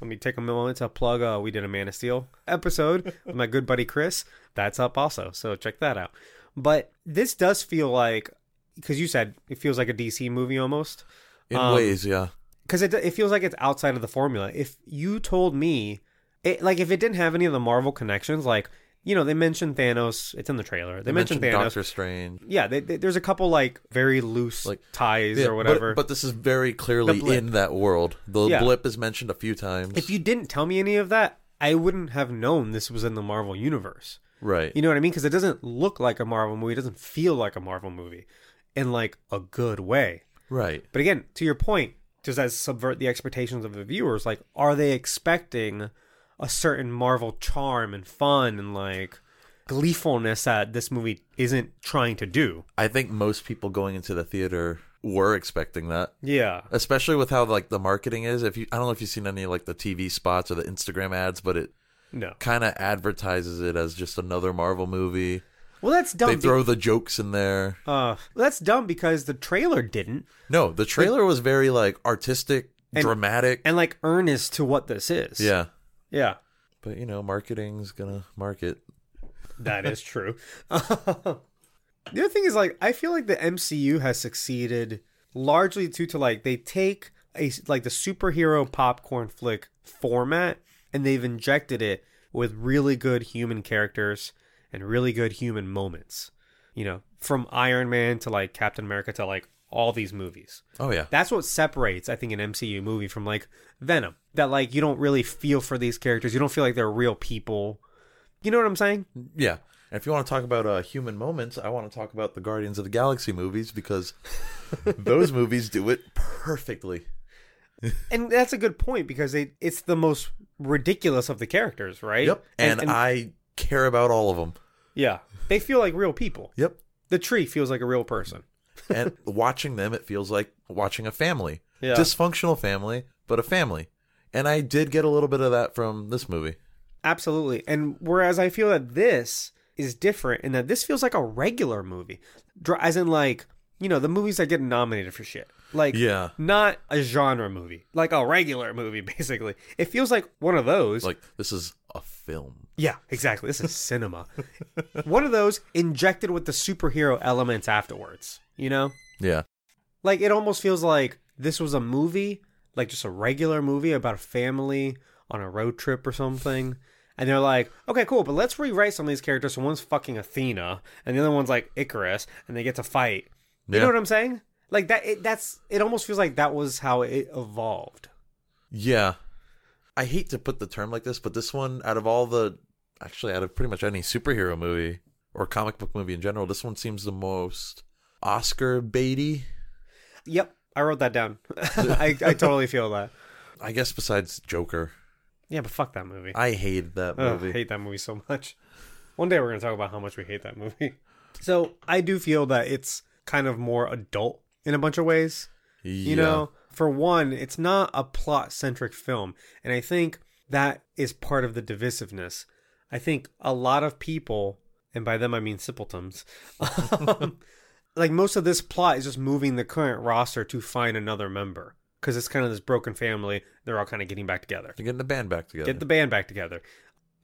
[SPEAKER 1] Let me take a moment to plug. Uh, we did a Man of Steel episode with my good buddy Chris. That's up also, so check that out. But this does feel like, because you said it feels like a DC movie almost,
[SPEAKER 2] in
[SPEAKER 1] Um,
[SPEAKER 2] ways. Yeah,
[SPEAKER 1] because it it feels like it's outside of the formula. If you told me, it like if it didn't have any of the Marvel connections, like you know they mentioned Thanos, it's in the trailer. They, mentioned, Thanos.
[SPEAKER 2] Doctor Strange,
[SPEAKER 1] Yeah, they, they- there's a couple like very loose
[SPEAKER 2] Like-
[SPEAKER 1] ties or
[SPEAKER 2] Yeah, but-
[SPEAKER 1] whatever.
[SPEAKER 2] But, this is very clearly
[SPEAKER 1] blip.
[SPEAKER 2] in that world. The
[SPEAKER 1] Yeah.
[SPEAKER 2] blip is mentioned a few times.
[SPEAKER 1] if you didn't tell me any of that, I wouldn't have known this was in the Marvel universe.
[SPEAKER 2] right,
[SPEAKER 1] You know what I mean? Because it doesn't look like a Marvel movie. It doesn't feel like a Marvel movie in like a good way.
[SPEAKER 2] right,
[SPEAKER 1] But again, to your point, does that subvert the expectations of the viewers? Like, are they expecting a certain Marvel charm and fun and like gleefulness that this movie isn't trying to do?
[SPEAKER 2] I think most people going into the theater were expecting that,
[SPEAKER 1] Yeah.
[SPEAKER 2] especially with how like the marketing is. If you, I don't know if you've seen any like the TV spots or the Instagram ads, but it
[SPEAKER 1] No.
[SPEAKER 2] kind of advertises it as just another Marvel movie.
[SPEAKER 1] Well, that's dumb.
[SPEAKER 2] they
[SPEAKER 1] be-
[SPEAKER 2] throw the jokes in there.
[SPEAKER 1] uh, that's dumb because the trailer didn't
[SPEAKER 2] No, the trailer was very like artistic,
[SPEAKER 1] And-
[SPEAKER 2] dramatic.
[SPEAKER 1] and like earnest to what this is.
[SPEAKER 2] yeah,
[SPEAKER 1] Yeah.
[SPEAKER 2] but you know, marketing's gonna market.
[SPEAKER 1] That is true. the other thing is like I feel like the MCU has succeeded largely due to like they take a like the superhero popcorn flick format and they've injected it with really good human characters and really good human moments. You know, from Iron Man to like Captain America to like all these movies.
[SPEAKER 2] Oh yeah,
[SPEAKER 1] That's what separates, I think, an MCU movie from like Venom. That like you don't really feel for these characters. You don't feel like they're real people. You know what I'm saying?
[SPEAKER 2] Yeah. And if you want to talk about uh, human moments, I want to talk about the Guardians of the Galaxy movies because those movies do it perfectly.
[SPEAKER 1] and that's a good point because they, it's the most ridiculous of the characters, right?
[SPEAKER 2] Yep. And, I care about all of them.
[SPEAKER 1] yeah, they feel like real people.
[SPEAKER 2] Yep.
[SPEAKER 1] The tree feels like a real person.
[SPEAKER 2] And watching them, it feels like watching a family.
[SPEAKER 1] Yeah.
[SPEAKER 2] Dysfunctional family, but a family. And I did get a little bit of that from this movie.
[SPEAKER 1] Absolutely. And whereas I feel that this is different and that this feels like a regular movie, Dr- as in like, you know, the movies that get nominated for shit. Like,
[SPEAKER 2] Yeah.
[SPEAKER 1] not a genre movie, like a regular movie, basically. It feels like one of those.
[SPEAKER 2] Like, this is a film.
[SPEAKER 1] yeah, exactly. This is cinema. one of those injected with the superhero elements afterwards, you know?
[SPEAKER 2] Yeah.
[SPEAKER 1] like it almost feels like this was a movie like just a regular movie about a family on a road trip or something and they're like okay cool but let's rewrite some of these characters so one's fucking athena and the other one's like icarus and they get to fight you
[SPEAKER 2] Yeah.
[SPEAKER 1] know what i'm saying like that it, that's it almost feels like that was how it evolved
[SPEAKER 2] Yeah. I hate to put the term like this, but this one, out of all the actually out of pretty much any superhero movie or comic book movie in general, this one seems the most Oscar baity.
[SPEAKER 1] Yep, I wrote that down. I, I totally feel that.
[SPEAKER 2] I guess besides Joker.
[SPEAKER 1] Yeah, but fuck that movie.
[SPEAKER 2] I hated that
[SPEAKER 1] Ugh,
[SPEAKER 2] movie.
[SPEAKER 1] Oh, I hate that movie so much. One day we're going to talk about how much we hate that movie. So I do feel that it's kind of more adult in a bunch of ways. You
[SPEAKER 2] Yeah.
[SPEAKER 1] know, for one, it's not a plot centric film. And I think that is part of the divisiveness. I think a lot of people, and by them I mean simpletons, um, like most of this plot is just moving the current roster to find another member. Because it's kind of this broken family. They're all kind of getting back together.
[SPEAKER 2] They're getting the band back together.
[SPEAKER 1] Get the band back together.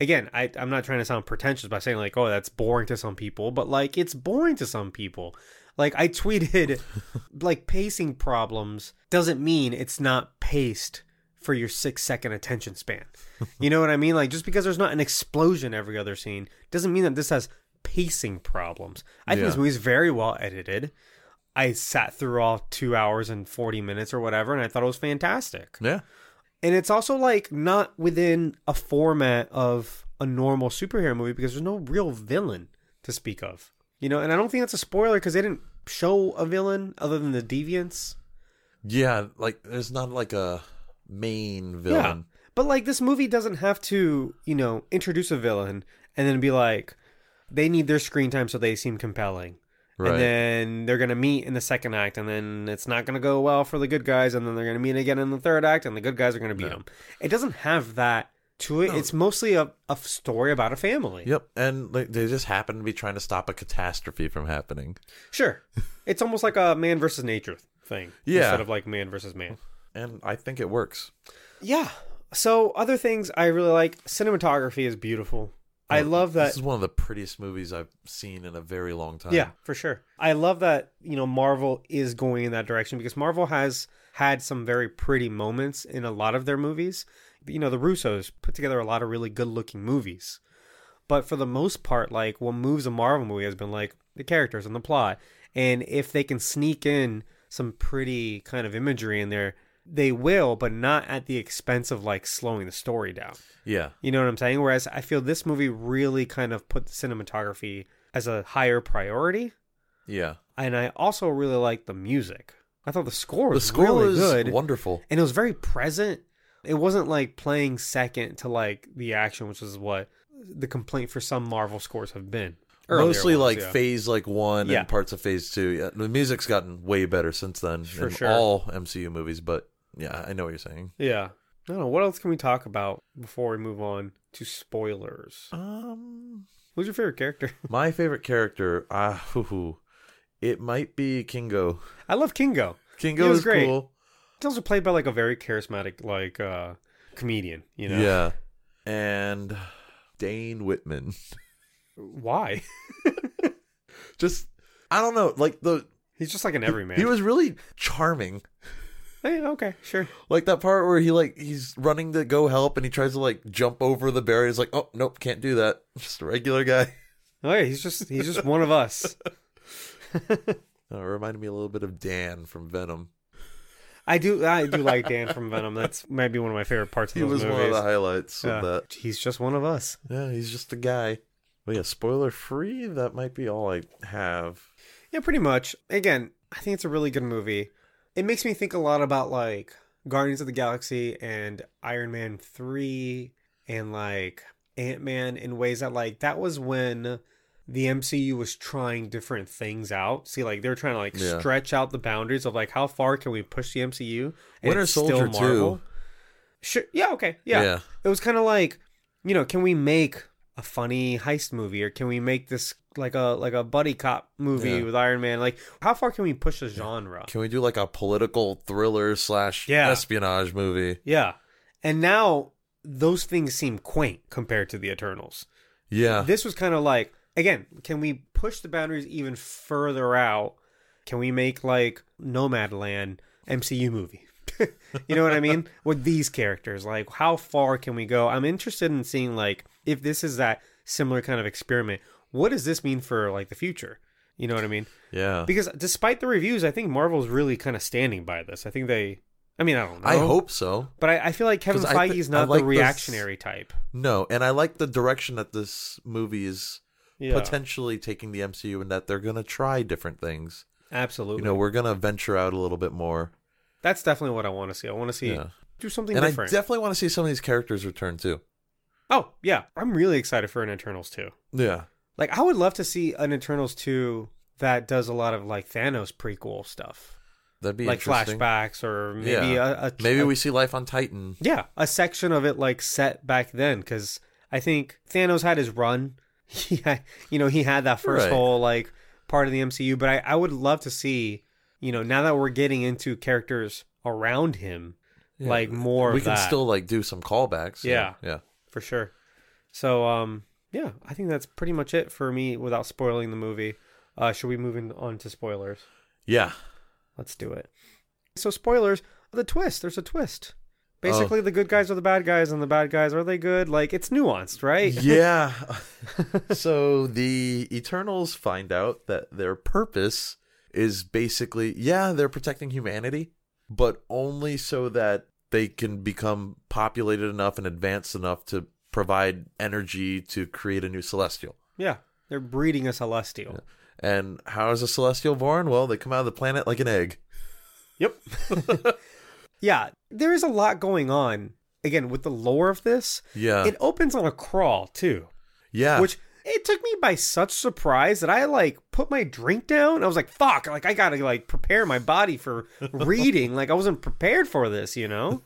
[SPEAKER 1] Again, I, I'm not trying to sound pretentious by saying like, oh, that's boring to some people, but like it's boring to some people. Like I tweeted, like pacing problems doesn't mean it's not paced for your six second attention span. You know what I mean? Like just because there's not an explosion every other scene doesn't mean that this has pacing problems. I think
[SPEAKER 2] Yeah.
[SPEAKER 1] this movie's very well edited. I sat through all two hours and 40 minutes or whatever, and I thought it was fantastic
[SPEAKER 2] yeah.
[SPEAKER 1] and it's also like not within a format of a normal superhero movie because there's no real villain to speak of you know and i don't think that's a spoiler because they didn't show a villain other than the deviants
[SPEAKER 2] Yeah, like there's not like a main villain.
[SPEAKER 1] but like this movie doesn't have to you know introduce a villain and then be like they need their screen time so they seem compelling
[SPEAKER 2] Right.
[SPEAKER 1] and then they're gonna meet in the second act and then it's not gonna go well for the good guys and then they're gonna meet again in the third act and the good guys are gonna beat
[SPEAKER 2] No.
[SPEAKER 1] them it doesn't have that to it it's mostly a, a story about a family
[SPEAKER 2] Yep, and like, they just happen to be trying to stop a catastrophe from happening.
[SPEAKER 1] sure it's almost like a man versus nature thing
[SPEAKER 2] Yeah.
[SPEAKER 1] instead of like man versus man
[SPEAKER 2] And I think it works.
[SPEAKER 1] yeah so other things i really like cinematography is beautiful i love that
[SPEAKER 2] This is one of the prettiest movies I've seen in a very long time.
[SPEAKER 1] Yeah, for sure. I love that, you know, Marvel is going in that direction because Marvel has had some very pretty moments in a lot of their movies. You know, the Russos put together a lot of really good looking movies. But for the most part, like what moves a Marvel movie has been like the characters and the plot. And if they can sneak in some pretty kind of imagery in there, they will, but not at the expense of like slowing the story down.
[SPEAKER 2] Yeah.
[SPEAKER 1] You know what I'm saying? Whereas I feel this movie really kind of put the cinematography as a higher priority.
[SPEAKER 2] Yeah.
[SPEAKER 1] And I also really liked the music. I thought the score
[SPEAKER 2] The
[SPEAKER 1] was
[SPEAKER 2] score
[SPEAKER 1] really
[SPEAKER 2] is
[SPEAKER 1] good.
[SPEAKER 2] wonderful.
[SPEAKER 1] and it was very present. It wasn't like playing second to like the action, which is what the complaint for some Marvel scores have been. Earlier
[SPEAKER 2] Mostly
[SPEAKER 1] ones,
[SPEAKER 2] like
[SPEAKER 1] yeah.
[SPEAKER 2] phase like one
[SPEAKER 1] Yeah.
[SPEAKER 2] and parts of phase two. Yeah, the music's gotten way better since then
[SPEAKER 1] For
[SPEAKER 2] in
[SPEAKER 1] sure.
[SPEAKER 2] all MCU movies, but yeah, I know what you're saying.
[SPEAKER 1] Yeah. I don't know. What else can we talk about before we move on to spoilers?
[SPEAKER 2] Um
[SPEAKER 1] Who's your favorite character?
[SPEAKER 2] my favorite character, ah hoo, hoo, it might be Kingo.
[SPEAKER 1] I love Kingo. He
[SPEAKER 2] Kingo
[SPEAKER 1] was
[SPEAKER 2] is
[SPEAKER 1] great.
[SPEAKER 2] cool.
[SPEAKER 1] He's also played by like a very charismatic like uh comedian, you know.
[SPEAKER 2] Yeah. And Dane Whitman.
[SPEAKER 1] Why?
[SPEAKER 2] Just I don't know, like the
[SPEAKER 1] He's just like an everyman.
[SPEAKER 2] he was really charming.
[SPEAKER 1] Hey, okay, sure.
[SPEAKER 2] Like that part where he like he's running to go help and he tries to like jump over the barrier. He's like, oh nope, can't do that. Just a regular guy.
[SPEAKER 1] Oh yeah, he's just he's just one of us.
[SPEAKER 2] Uh, it reminded me a little bit of Dan from Venom.
[SPEAKER 1] I do I do like Dan from Venom. That's maybe one of my favorite parts of
[SPEAKER 2] He
[SPEAKER 1] those
[SPEAKER 2] was
[SPEAKER 1] movies.
[SPEAKER 2] one of the highlights
[SPEAKER 1] Yeah.
[SPEAKER 2] of that.
[SPEAKER 1] He's just one of us.
[SPEAKER 2] Yeah, he's just a guy. But yeah, spoiler free. That might be all I have.
[SPEAKER 1] Yeah, pretty much. Again, I think it's a really good movie. It makes me think a lot about like Guardians of the Galaxy and Iron Man 3 and like Ant-Man in ways that like that was when the MCU was trying different things out. See, like they're trying to like
[SPEAKER 2] Yeah.
[SPEAKER 1] stretch out the boundaries of like how far can we push the MCU?
[SPEAKER 2] Winter
[SPEAKER 1] it's still
[SPEAKER 2] Soldier
[SPEAKER 1] Marvel.
[SPEAKER 2] too.
[SPEAKER 1] Sure. Yeah. Okay. Yeah.
[SPEAKER 2] Yeah.
[SPEAKER 1] It was kind of like, you know, can we make a funny heist movie, or can we make this like a like a buddy cop movie
[SPEAKER 2] Yeah.
[SPEAKER 1] with Iron Man? Like, how far can we push the genre?
[SPEAKER 2] Can we do like a political thriller slash
[SPEAKER 1] Yeah.
[SPEAKER 2] espionage movie?
[SPEAKER 1] Yeah. And now those things seem quaint compared to the Eternals.
[SPEAKER 2] Yeah.
[SPEAKER 1] This was kind of like, again, can we push the boundaries even further out? Can we make like Nomadland MCU movie? you know what I mean? With these characters, like how far can we go? I'm interested in seeing like if this is that similar kind of experiment. What does this mean for like the future? You know what I mean?
[SPEAKER 2] yeah.
[SPEAKER 1] Because despite the reviews, I think Marvel's really kind of standing by this. I think they I mean, I don't know.
[SPEAKER 2] I hope so.
[SPEAKER 1] but I, I feel like Kevin
[SPEAKER 2] 'Cause I
[SPEAKER 1] Feige's
[SPEAKER 2] thi- I
[SPEAKER 1] not
[SPEAKER 2] like
[SPEAKER 1] the
[SPEAKER 2] this-
[SPEAKER 1] reactionary type.
[SPEAKER 2] No, and I like the direction that this movie is
[SPEAKER 1] Yeah,
[SPEAKER 2] potentially taking the MCU, and that they're gonna try different things.
[SPEAKER 1] absolutely.
[SPEAKER 2] You know, we're gonna venture out a little bit more.
[SPEAKER 1] That's definitely what I want to see. I want to see
[SPEAKER 2] Yeah.
[SPEAKER 1] do something
[SPEAKER 2] And I
[SPEAKER 1] different.
[SPEAKER 2] definitely want to see some of these characters return too.
[SPEAKER 1] oh yeah, I'm really excited for an Eternals too.
[SPEAKER 2] Yeah,
[SPEAKER 1] Like I would love to see an Eternals two that does a lot of like Thanos prequel stuff,
[SPEAKER 2] that'd be
[SPEAKER 1] like
[SPEAKER 2] interesting.
[SPEAKER 1] flashbacks or maybe
[SPEAKER 2] yeah.
[SPEAKER 1] a, a
[SPEAKER 2] maybe
[SPEAKER 1] a-
[SPEAKER 2] we see life on Titan.
[SPEAKER 1] yeah a section of it like set back then because I think Thanos had his run. Yeah, you know he had that first
[SPEAKER 2] Right.
[SPEAKER 1] whole like part of the MCU, but I I would love to see you know now that we're getting into characters around him
[SPEAKER 2] Yeah.
[SPEAKER 1] like more
[SPEAKER 2] We
[SPEAKER 1] of
[SPEAKER 2] can
[SPEAKER 1] that.
[SPEAKER 2] still like do some callbacks. yeah.
[SPEAKER 1] for sure. So um yeah, I think that's pretty much it for me without spoiling the movie. Uh should we move in, on to spoilers?
[SPEAKER 2] Yeah.
[SPEAKER 1] Let's do it. So spoilers, the twist, there's a twist.
[SPEAKER 2] Oh.
[SPEAKER 1] Basically the good guys are the bad guys and the bad guys are they good? Like it's nuanced, right?
[SPEAKER 2] yeah. so the Eternals find out that their purpose is basically, yeah, they're protecting humanity, but only so that they can become populated enough and advanced enough to provide energy to create a new celestial.
[SPEAKER 1] yeah. They're breeding a celestial.
[SPEAKER 2] And how is a celestial born? Well, they come out of the planet like an egg.
[SPEAKER 1] Yep. yeah, there is a lot going on again with the lore of this.
[SPEAKER 2] Yeah.
[SPEAKER 1] It opens on a crawl too.
[SPEAKER 2] yeah.
[SPEAKER 1] which it took me by such surprise that I like put my drink down. I was like, "Fuck!" Like I gotta like prepare my body for reading. like I wasn't prepared for this, you know.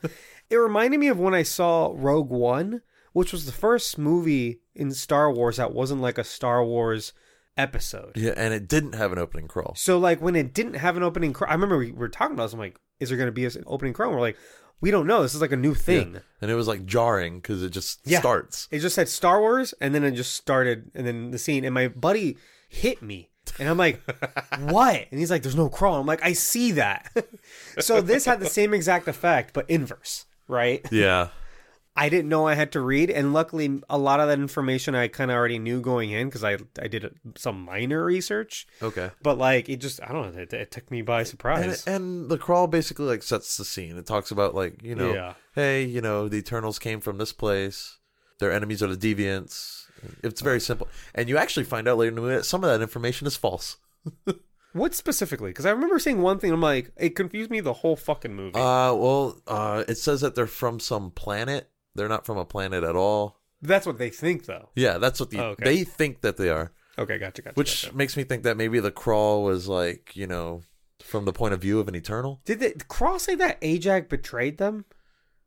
[SPEAKER 1] it reminded me of when I saw Rogue One, which was the first movie in Star Wars that wasn't like a Star Wars episode.
[SPEAKER 2] yeah, and it didn't have an opening crawl.
[SPEAKER 1] So like when it didn't have an opening crawl, I remember we were talking about. This, I'm like, "Is there gonna be an opening crawl?" And We're like, "We don't know. This is like a new thing."
[SPEAKER 2] Yeah. And it was like jarring because it just
[SPEAKER 1] Yeah.
[SPEAKER 2] starts.
[SPEAKER 1] It just said Star Wars, and then it just started, and then the scene, and my buddy hit me, and I'm like, "What?" And he's like, "There's no crawl." I'm like, "I see that." so this had the same exact effect, but inverse, right?
[SPEAKER 2] Yeah.
[SPEAKER 1] I didn't know I had to read, and luckily, a lot of that information I kind of already knew going in because I I did some minor research,
[SPEAKER 2] Okay.
[SPEAKER 1] but like it just I don't know, it, it took me by
[SPEAKER 2] and,
[SPEAKER 1] surprise.
[SPEAKER 2] and the crawl basically like sets the scene it talks about like you know
[SPEAKER 1] Yeah.
[SPEAKER 2] hey you know the eternals came from this place their enemies are the deviants it's very simple and you actually find out later in the movie that some of that information is false
[SPEAKER 1] what specifically? Because I remember seeing one thing, I'm like, it confused me the whole fucking movie.
[SPEAKER 2] uh well uh it says that they're from some planet they're not from a planet at all
[SPEAKER 1] That's what they think, though.
[SPEAKER 2] yeah that's what the
[SPEAKER 1] Oh, okay.
[SPEAKER 2] they think that they are
[SPEAKER 1] Okay, gotcha, gotcha.
[SPEAKER 2] which
[SPEAKER 1] gotcha.
[SPEAKER 2] makes me think that maybe the crawl was like you know from the point of view of an eternal
[SPEAKER 1] Did the Crawl say that Ajax betrayed them?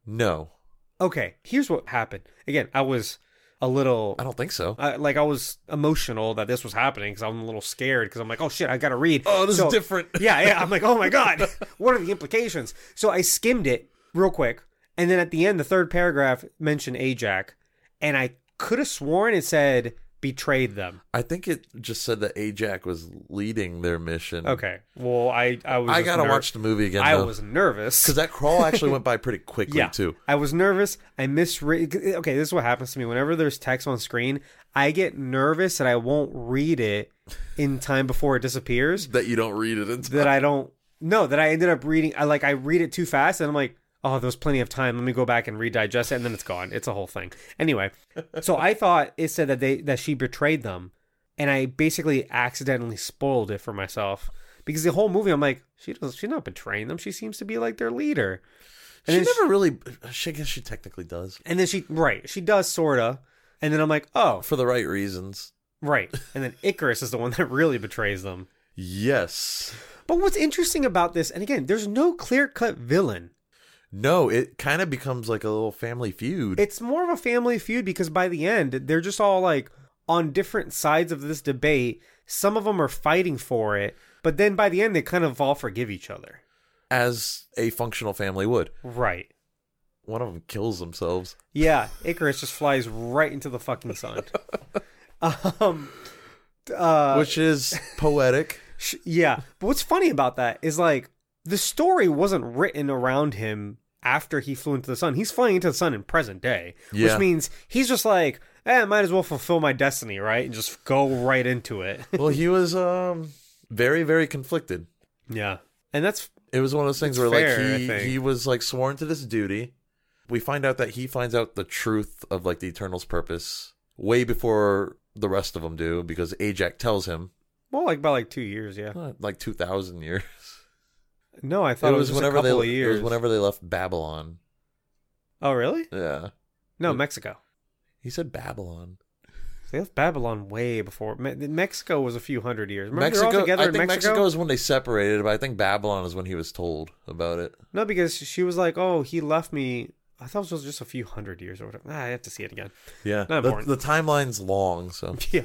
[SPEAKER 2] no
[SPEAKER 1] Okay, here's what happened. Again, I was a little
[SPEAKER 2] i don't think so
[SPEAKER 1] I, like I was emotional that this was happening because I'm a little scared because I'm like, oh shit, I gotta read.
[SPEAKER 2] Oh, this is different.
[SPEAKER 1] yeah, yeah. I'm like, oh my god, what are the implications? So I skimmed it real quick, and then at the end, the third paragraph mentioned Ajax, and I could have sworn it said betrayed them.
[SPEAKER 2] I think it just said that Ajax was leading their mission.
[SPEAKER 1] Okay, well I I was
[SPEAKER 2] I
[SPEAKER 1] just
[SPEAKER 2] gotta
[SPEAKER 1] ner-
[SPEAKER 2] watch the movie again.
[SPEAKER 1] I was nervous
[SPEAKER 2] because that crawl actually went by pretty quickly too.
[SPEAKER 1] I was nervous. I misread. Okay, this is what happens to me. Whenever there's text on screen, I get nervous that I won't read it in time before it disappears.
[SPEAKER 2] That you don't read it into.
[SPEAKER 1] That I don't. No, that I ended up reading. I like I read it too fast, and I'm like, oh, there's plenty of time. Let me go back and redigest it, and then it's gone. It's a whole thing. Anyway, so I thought it said that they that she betrayed them, and I basically accidentally spoiled it for myself because the whole movie, I'm like, she does. She's not betraying them. She seems to be like their leader. And
[SPEAKER 2] she
[SPEAKER 1] then she-
[SPEAKER 2] never really. She I guess she technically does
[SPEAKER 1] and then she right, she does sorta. And then I'm like, oh,
[SPEAKER 2] for the right reasons.
[SPEAKER 1] right. And then Icarus is the one that really betrays them.
[SPEAKER 2] Yes.
[SPEAKER 1] But what's interesting about this, and again, there's no clear cut villain.
[SPEAKER 2] No. It kind of becomes like a little family feud.
[SPEAKER 1] It's more of a family feud because by the end, they're just all like on different sides of this debate. Some of them are fighting for it, but then by the end, they kind of all forgive each other.
[SPEAKER 2] as a functional family would.
[SPEAKER 1] Right.
[SPEAKER 2] One of them kills themselves.
[SPEAKER 1] Yeah, Icarus just flies right into the fucking sun. um, uh,
[SPEAKER 2] which is poetic.
[SPEAKER 1] Sh- Yeah. But what's funny about that is like the story wasn't written around him after he flew into the sun. He's flying into the sun in present day,
[SPEAKER 2] Yeah.
[SPEAKER 1] which means he's just like, eh, I might as well fulfill my destiny, right? And just go right into it.
[SPEAKER 2] well, he was um very very conflicted.
[SPEAKER 1] yeah. And that's
[SPEAKER 2] It was one of those things
[SPEAKER 1] It's
[SPEAKER 2] where
[SPEAKER 1] fair, I
[SPEAKER 2] like
[SPEAKER 1] think.
[SPEAKER 2] he he was like sworn to this duty. We find out that he finds out the truth of like the Eternal's purpose way before the rest of them do because Ajax tells him
[SPEAKER 1] Well, like by like two years, yeah.
[SPEAKER 2] "Huh, like two thousand years.
[SPEAKER 1] No, I thought it was, just a couple
[SPEAKER 2] they
[SPEAKER 1] of
[SPEAKER 2] it
[SPEAKER 1] years.
[SPEAKER 2] was whenever they left Babylon.
[SPEAKER 1] Oh, really?
[SPEAKER 2] Yeah,
[SPEAKER 1] No,
[SPEAKER 2] It-
[SPEAKER 1] Mexico.
[SPEAKER 2] he said Babylon.
[SPEAKER 1] They left Babylon way before. Me- Mexico was a few hundred years. Remember
[SPEAKER 2] Mexico.
[SPEAKER 1] they're all together
[SPEAKER 2] I
[SPEAKER 1] in
[SPEAKER 2] think
[SPEAKER 1] Mexico?
[SPEAKER 2] is when they separated, but I think Babylon is when he was told about it.
[SPEAKER 1] No, because she was like, "Oh, he left me." I thought it was just a few hundred years or whatever. Ah, I have to see it again.
[SPEAKER 2] Yeah,
[SPEAKER 1] Not
[SPEAKER 2] the,
[SPEAKER 1] important.
[SPEAKER 2] the timeline's long, so
[SPEAKER 1] Yeah.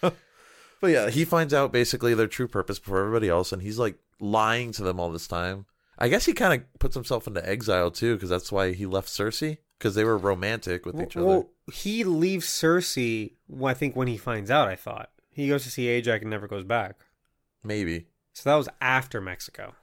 [SPEAKER 2] But yeah, he finds out basically their true purpose before everybody else, and he's like lying to them all this time. I guess he kind of puts himself into exile too, because that's why he left Cersei, because they were romantic with each
[SPEAKER 1] Well,
[SPEAKER 2] other.
[SPEAKER 1] well, he leaves Cersei. Well, I think when he finds out, I thought he goes to see Ajax and never goes back.
[SPEAKER 2] Maybe
[SPEAKER 1] So that was after Mexico.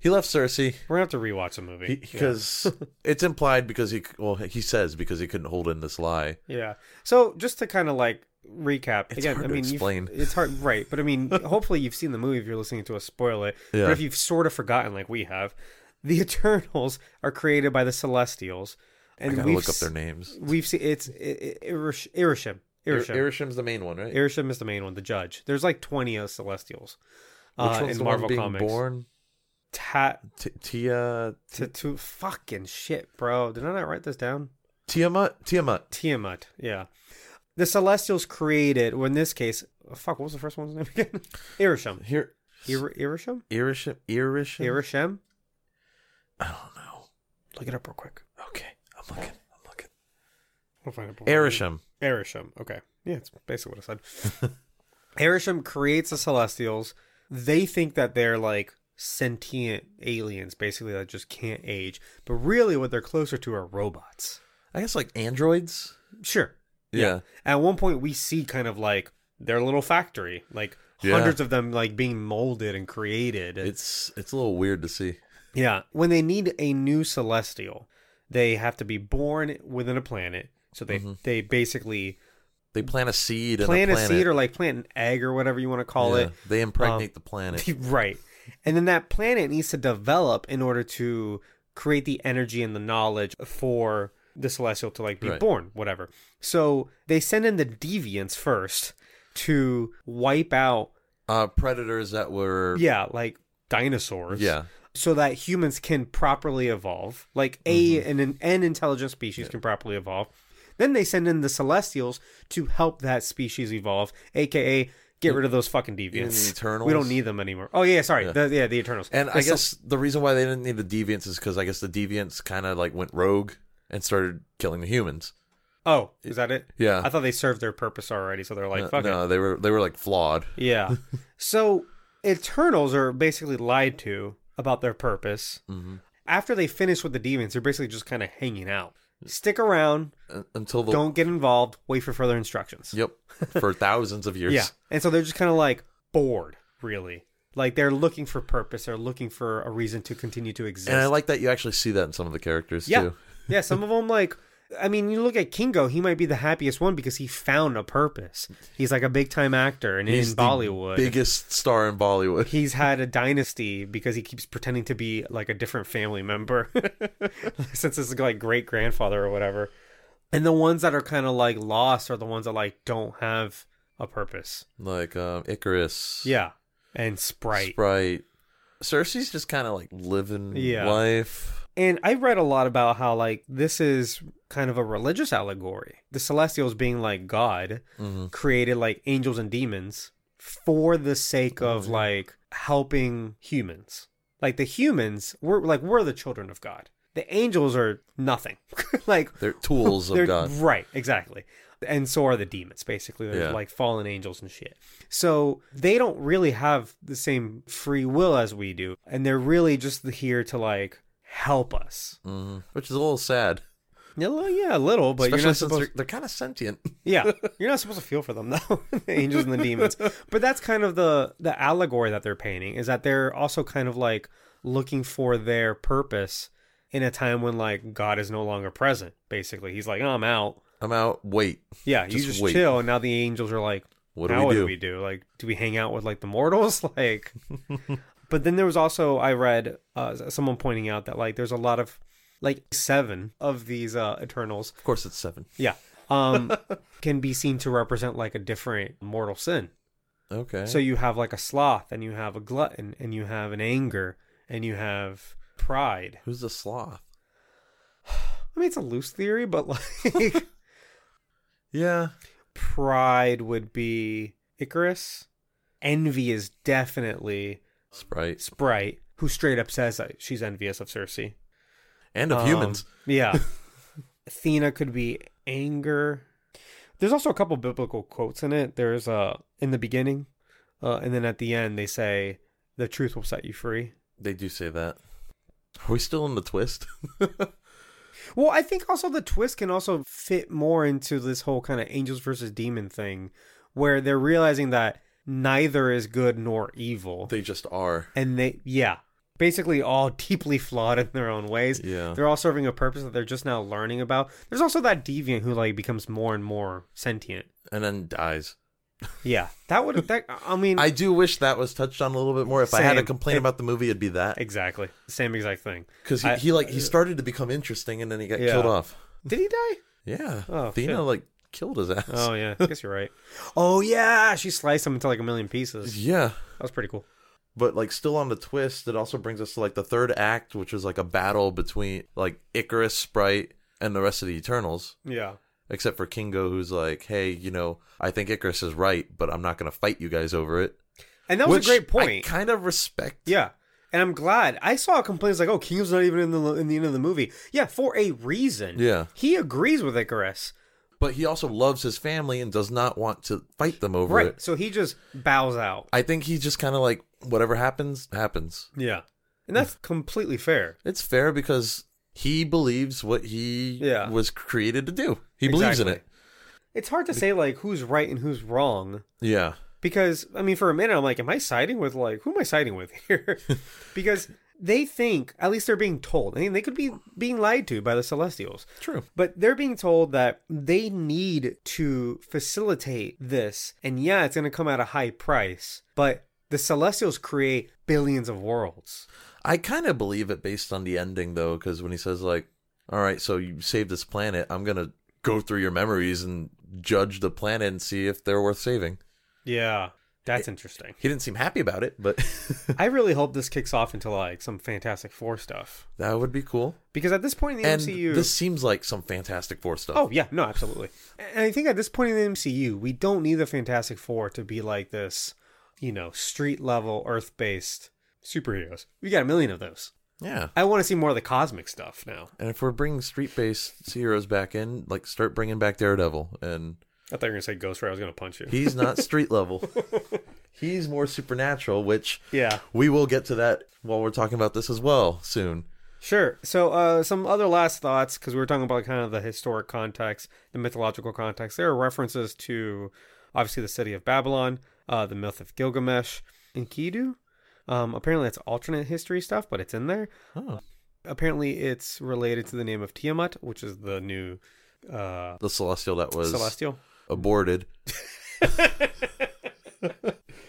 [SPEAKER 2] he left Cersei
[SPEAKER 1] We're gonna have to rewatch the movie
[SPEAKER 2] because it's implied because he well he says because he couldn't hold in this lie.
[SPEAKER 1] Yeah. Yeah. So just to kind of like recap
[SPEAKER 2] It's
[SPEAKER 1] again,
[SPEAKER 2] hard
[SPEAKER 1] I
[SPEAKER 2] to
[SPEAKER 1] mean, you've-
[SPEAKER 2] explain.
[SPEAKER 1] it's hard, right? But I mean, hopefully you've seen the movie if you're listening to us spoil it.
[SPEAKER 2] Yeah.
[SPEAKER 1] But if you've sort of forgotten, like we have, the Eternals are created by the Celestials,
[SPEAKER 2] I
[SPEAKER 1] and
[SPEAKER 2] gotta
[SPEAKER 1] we've
[SPEAKER 2] look up their
[SPEAKER 1] s-
[SPEAKER 2] names.
[SPEAKER 1] We've seen it's I- I- Irish, Irishim.
[SPEAKER 2] Ir-
[SPEAKER 1] Irishim.
[SPEAKER 2] Irishim's the main one, right?
[SPEAKER 1] Irishim is the main one, the judge. There's like 20 of Celestials
[SPEAKER 2] Which
[SPEAKER 1] uh,
[SPEAKER 2] one's
[SPEAKER 1] in
[SPEAKER 2] the
[SPEAKER 1] Marvel
[SPEAKER 2] one being
[SPEAKER 1] Comics.
[SPEAKER 2] born?
[SPEAKER 1] Ta-
[SPEAKER 2] T- Tia
[SPEAKER 1] to, to fucking shit, bro. Did I not write this down?
[SPEAKER 2] Tiamat Tiamat.
[SPEAKER 1] Tiamat. Yeah. The Celestials created, well, in this case, oh, fuck, what was the first one's name again? Irisham.
[SPEAKER 2] Here,
[SPEAKER 1] Ir- Irisham?
[SPEAKER 2] Irishim Irishim.
[SPEAKER 1] Irisham?
[SPEAKER 2] I don't know.
[SPEAKER 1] Look it up real quick.
[SPEAKER 2] Okay, I'm looking. I'm looking.
[SPEAKER 1] We'll find it before-
[SPEAKER 2] Irishim.
[SPEAKER 1] Erisham. Okay. Yeah, it's basically what I said. Erisham creates the Celestials. They think that they're like sentient aliens, basically, that just can't age. But really, what they're closer to are robots.
[SPEAKER 2] I guess like androids.
[SPEAKER 1] Sure.
[SPEAKER 2] Yeah.
[SPEAKER 1] At one point, we see kind of like their little factory, like
[SPEAKER 2] Yeah.
[SPEAKER 1] hundreds of them like being molded and created. And-
[SPEAKER 2] It's it's a little weird to see.
[SPEAKER 1] Yeah. When they need a new celestial, they have to be born within a planet. So they
[SPEAKER 2] Mm-hmm.
[SPEAKER 1] they basically
[SPEAKER 2] They plant a seed.
[SPEAKER 1] plant
[SPEAKER 2] in
[SPEAKER 1] a
[SPEAKER 2] a planet.
[SPEAKER 1] seed or like plant an egg or whatever you want to call
[SPEAKER 2] Yeah,
[SPEAKER 1] it.
[SPEAKER 2] They impregnate
[SPEAKER 1] Um,
[SPEAKER 2] the planet.
[SPEAKER 1] right. And then that planet needs to develop in order to create the energy and the knowledge for the celestial to like be
[SPEAKER 2] Right.
[SPEAKER 1] born, whatever. So they send in the deviants first to wipe out
[SPEAKER 2] Uh, predators that were
[SPEAKER 1] yeah, like dinosaurs.
[SPEAKER 2] yeah
[SPEAKER 1] So that humans can properly evolve. Like
[SPEAKER 2] Mm-hmm.
[SPEAKER 1] a and an an intelligent species can properly evolve. Then they send in the celestials to help that species evolve, aka get rid of those fucking deviants. We
[SPEAKER 2] Eternals?
[SPEAKER 1] don't need them anymore. Oh yeah, sorry.
[SPEAKER 2] Yeah.
[SPEAKER 1] The, yeah the Eternals.
[SPEAKER 2] And
[SPEAKER 1] The
[SPEAKER 2] I
[SPEAKER 1] Cel-
[SPEAKER 2] guess the reason why they didn't need the deviants is because I guess the deviants kind of like went rogue and started killing the humans.
[SPEAKER 1] Oh, is that it?
[SPEAKER 2] Yeah.
[SPEAKER 1] I thought they served their purpose already, so they're like,
[SPEAKER 2] no,
[SPEAKER 1] fuck
[SPEAKER 2] Uh, no,
[SPEAKER 1] it.
[SPEAKER 2] they were they were like flawed.
[SPEAKER 1] Yeah. so Eternals are basically lied to about their purpose.
[SPEAKER 2] Mm-hmm.
[SPEAKER 1] After they finish with the demons, they're basically just kind of hanging out. Stick around,
[SPEAKER 2] uh, until the
[SPEAKER 1] don't get involved, wait for further instructions.
[SPEAKER 2] yep for thousands of years.
[SPEAKER 1] Yeah. And so they're just kind of like bored, really. Like they're looking for purpose, they're looking for a reason to continue to exist.
[SPEAKER 2] And I like that you actually see that in some of the characters
[SPEAKER 1] yeah.
[SPEAKER 2] too.
[SPEAKER 1] yeah, some of them like I mean, you look at Kingo, he might be the happiest one because he found a purpose. He's like a big time actor and in
[SPEAKER 2] the
[SPEAKER 1] Bollywood.
[SPEAKER 2] biggest star in Bollywood.
[SPEAKER 1] He's had a dynasty because he keeps pretending to be like a different family member since his like great grandfather or whatever. And the ones that are kind of like lost are the ones that like don't have a purpose.
[SPEAKER 2] like um, Icarus.
[SPEAKER 1] Yeah. And Sprite.
[SPEAKER 2] Sprite. Cersei's just kind of like living
[SPEAKER 1] Yeah.
[SPEAKER 2] life.
[SPEAKER 1] And I read a lot about how like this is kind of a religious allegory. The Celestials being like God created like angels and demons for the sake of like helping humans. Like the humans, we're like we're the children of God. The angels are nothing. like
[SPEAKER 2] They're tools of
[SPEAKER 1] they're-
[SPEAKER 2] God.
[SPEAKER 1] Right, exactly. And so are the demons, basically. They're
[SPEAKER 2] Yeah.
[SPEAKER 1] like fallen angels and shit. So they don't really have the same free will as we do. And they're really just here to like help us.
[SPEAKER 2] hmm Which is a little sad.
[SPEAKER 1] Yeah, well, yeah, a little, but
[SPEAKER 2] Especially
[SPEAKER 1] you're not
[SPEAKER 2] since
[SPEAKER 1] supposed
[SPEAKER 2] they're, they're kind of sentient.
[SPEAKER 1] yeah you're not supposed to feel for them though the angels and the demons but that's kind of the the allegory that they're painting is that they're also kind of like looking for their purpose in a time when like god is no longer present basically he's like i'm out
[SPEAKER 2] I'm out. Wait.
[SPEAKER 1] yeah
[SPEAKER 2] Just
[SPEAKER 1] you just
[SPEAKER 2] wait.
[SPEAKER 1] chill and now the angels are like
[SPEAKER 2] What do
[SPEAKER 1] now
[SPEAKER 2] we
[SPEAKER 1] what
[SPEAKER 2] do?
[SPEAKER 1] do we do like do we hang out with like the mortals like But then there was also I read uh, someone pointing out that like there's a lot of like seven of these uh, Eternals.
[SPEAKER 2] Of course, it's seven.
[SPEAKER 1] Yeah. Um, can be seen to represent like a different mortal sin.
[SPEAKER 2] Okay.
[SPEAKER 1] So you have like a sloth, and you have a glutton, and you have an anger, and you have pride.
[SPEAKER 2] who's the sloth?
[SPEAKER 1] I mean, it's a loose theory, but like
[SPEAKER 2] Yeah.
[SPEAKER 1] pride would be Icarus. Envy is definitely
[SPEAKER 2] Sprite
[SPEAKER 1] Sprite, who straight up says that she's envious of Cersei
[SPEAKER 2] and of
[SPEAKER 1] Um,
[SPEAKER 2] humans.
[SPEAKER 1] Yeah. Athena could be anger. There's also a couple biblical quotes in it. There's uh in the beginning, uh, and then at the end they say the truth will set you free.
[SPEAKER 2] They do say that. Are we still in the twist?
[SPEAKER 1] Well, I think also the twist can also fit more into this whole kind of angels versus demon thing, where they're realizing that neither is good nor evil.
[SPEAKER 2] they just are.
[SPEAKER 1] and they yeah basically all deeply flawed in their own ways
[SPEAKER 2] Yeah.
[SPEAKER 1] they're all serving a purpose that they're just now learning about there's also that deviant who like becomes more and more sentient
[SPEAKER 2] And then dies.
[SPEAKER 1] yeah that would that i mean
[SPEAKER 2] I do wish that was touched on a little bit more. If I had to
[SPEAKER 1] Same.
[SPEAKER 2] complain
[SPEAKER 1] It-
[SPEAKER 2] about the movie, it'd be that.
[SPEAKER 1] exactly same exact thing
[SPEAKER 2] Because he,
[SPEAKER 1] I-
[SPEAKER 2] he like he started to become interesting, and then he got
[SPEAKER 1] Yeah.
[SPEAKER 2] killed off.
[SPEAKER 1] did he die
[SPEAKER 2] Yeah.
[SPEAKER 1] Oh,
[SPEAKER 2] Athena
[SPEAKER 1] shit.
[SPEAKER 2] like killed his ass.
[SPEAKER 1] oh yeah i guess you're right oh yeah she sliced him into like a million pieces
[SPEAKER 2] yeah.
[SPEAKER 1] that was pretty cool
[SPEAKER 2] but like still on the twist it also brings us to like the third act which is like a battle between like icarus sprite and the rest of the eternals
[SPEAKER 1] yeah
[SPEAKER 2] except for kingo who's like hey you know i think icarus is right but i'm not gonna fight you guys over it
[SPEAKER 1] and that was
[SPEAKER 2] Which
[SPEAKER 1] a great
[SPEAKER 2] I
[SPEAKER 1] point
[SPEAKER 2] kind of respect
[SPEAKER 1] yeah and i'm glad i saw complaints like oh king's not even in the in the end of the movie yeah for a reason
[SPEAKER 2] Yeah.
[SPEAKER 1] he agrees with icarus
[SPEAKER 2] but he also loves his family and does not want to fight them over
[SPEAKER 1] right
[SPEAKER 2] it
[SPEAKER 1] so he just bows out
[SPEAKER 2] i think he just kind of like whatever happens happens
[SPEAKER 1] Yeah. And that's completely fair.
[SPEAKER 2] it's fair because he believes what he
[SPEAKER 1] Yeah.
[SPEAKER 2] was created to do he believes in it
[SPEAKER 1] Exactly. It's hard to say like who's right and who's wrong
[SPEAKER 2] yeah
[SPEAKER 1] because I mean for a minute I'm like am I siding with like who am I siding with here? because they think at least they're being told. I mean they could be being lied to by the celestials.
[SPEAKER 2] true
[SPEAKER 1] But they're being told that they need to facilitate this and yeah it's going to come at a high price, but the celestials create billions of worlds.
[SPEAKER 2] I kind of believe it based on the ending though, because when he says like, "All right, so you saved this planet. I'm gonna go through your memories and judge the planet and see if they're worth saving."
[SPEAKER 1] Yeah. That's interesting.
[SPEAKER 2] He didn't seem happy about it, but
[SPEAKER 1] I really hope this kicks off into like some Fantastic Four stuff.
[SPEAKER 2] that would be cool.
[SPEAKER 1] Because at this point in the
[SPEAKER 2] And
[SPEAKER 1] MCU,
[SPEAKER 2] this seems like some Fantastic Four stuff.
[SPEAKER 1] oh yeah, no, absolutely. And I think at this point in the MCU, we don't need the Fantastic Four to be like this, you know, street level Earth based superheroes. We got a million of those.
[SPEAKER 2] yeah.
[SPEAKER 1] I want to see more of the cosmic stuff now.
[SPEAKER 2] And if we're bringing street-based heroes back in, like start bringing back Daredevil, and
[SPEAKER 1] I thought you were gonna say Ghost Rider. I was gonna punch you.
[SPEAKER 2] he's not street level. He's more supernatural, which
[SPEAKER 1] yeah,
[SPEAKER 2] we will get to that while we're talking about this as well soon.
[SPEAKER 1] sure. So uh, some other last thoughts because we were talking about kind of the historic context, the mythological context. There are references to obviously the city of Babylon, uh, the myth of Gilgamesh, and Enkidu. Um, apparently, that's alternate history stuff, but it's in there.
[SPEAKER 2] Oh.
[SPEAKER 1] Apparently, it's related to the name of Tiamat, which is the new uh,
[SPEAKER 2] The celestial that was
[SPEAKER 1] celestial.
[SPEAKER 2] aborted.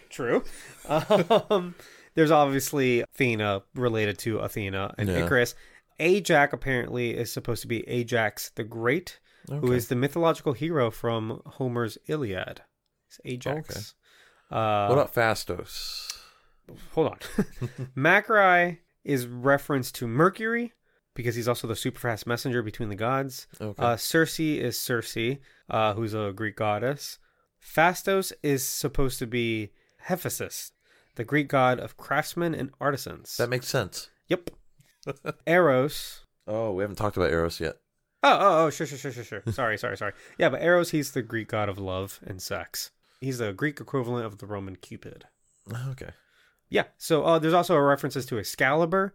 [SPEAKER 1] True. Um, there's obviously Athena related to Athena and
[SPEAKER 2] Yeah.
[SPEAKER 1] Icarus. Ajax apparently is supposed to be Ajax the Great, who
[SPEAKER 2] Okay.
[SPEAKER 1] is the mythological hero from Homer's Iliad. It's Ajax. Uh,
[SPEAKER 2] What about Fastos?
[SPEAKER 1] hold on. Macri is reference to Mercury because he's also the super fast messenger between the gods.
[SPEAKER 2] Okay.
[SPEAKER 1] Uh, Circe is Circe, uh, who's a Greek goddess. Fastos is supposed to be Hephaestus, the Greek god of craftsmen and artisans.
[SPEAKER 2] That makes sense.
[SPEAKER 1] yep. Eros.
[SPEAKER 2] Oh, we haven't talked about Eros yet.
[SPEAKER 1] Oh, oh, oh, sure, sure, sure, sure, sure. Sorry, sorry, sorry. Yeah, but Eros, he's the Greek god of love and sex. He's the Greek equivalent of the Roman Cupid.
[SPEAKER 2] Okay.
[SPEAKER 1] Yeah. So uh, there's also references to Excalibur.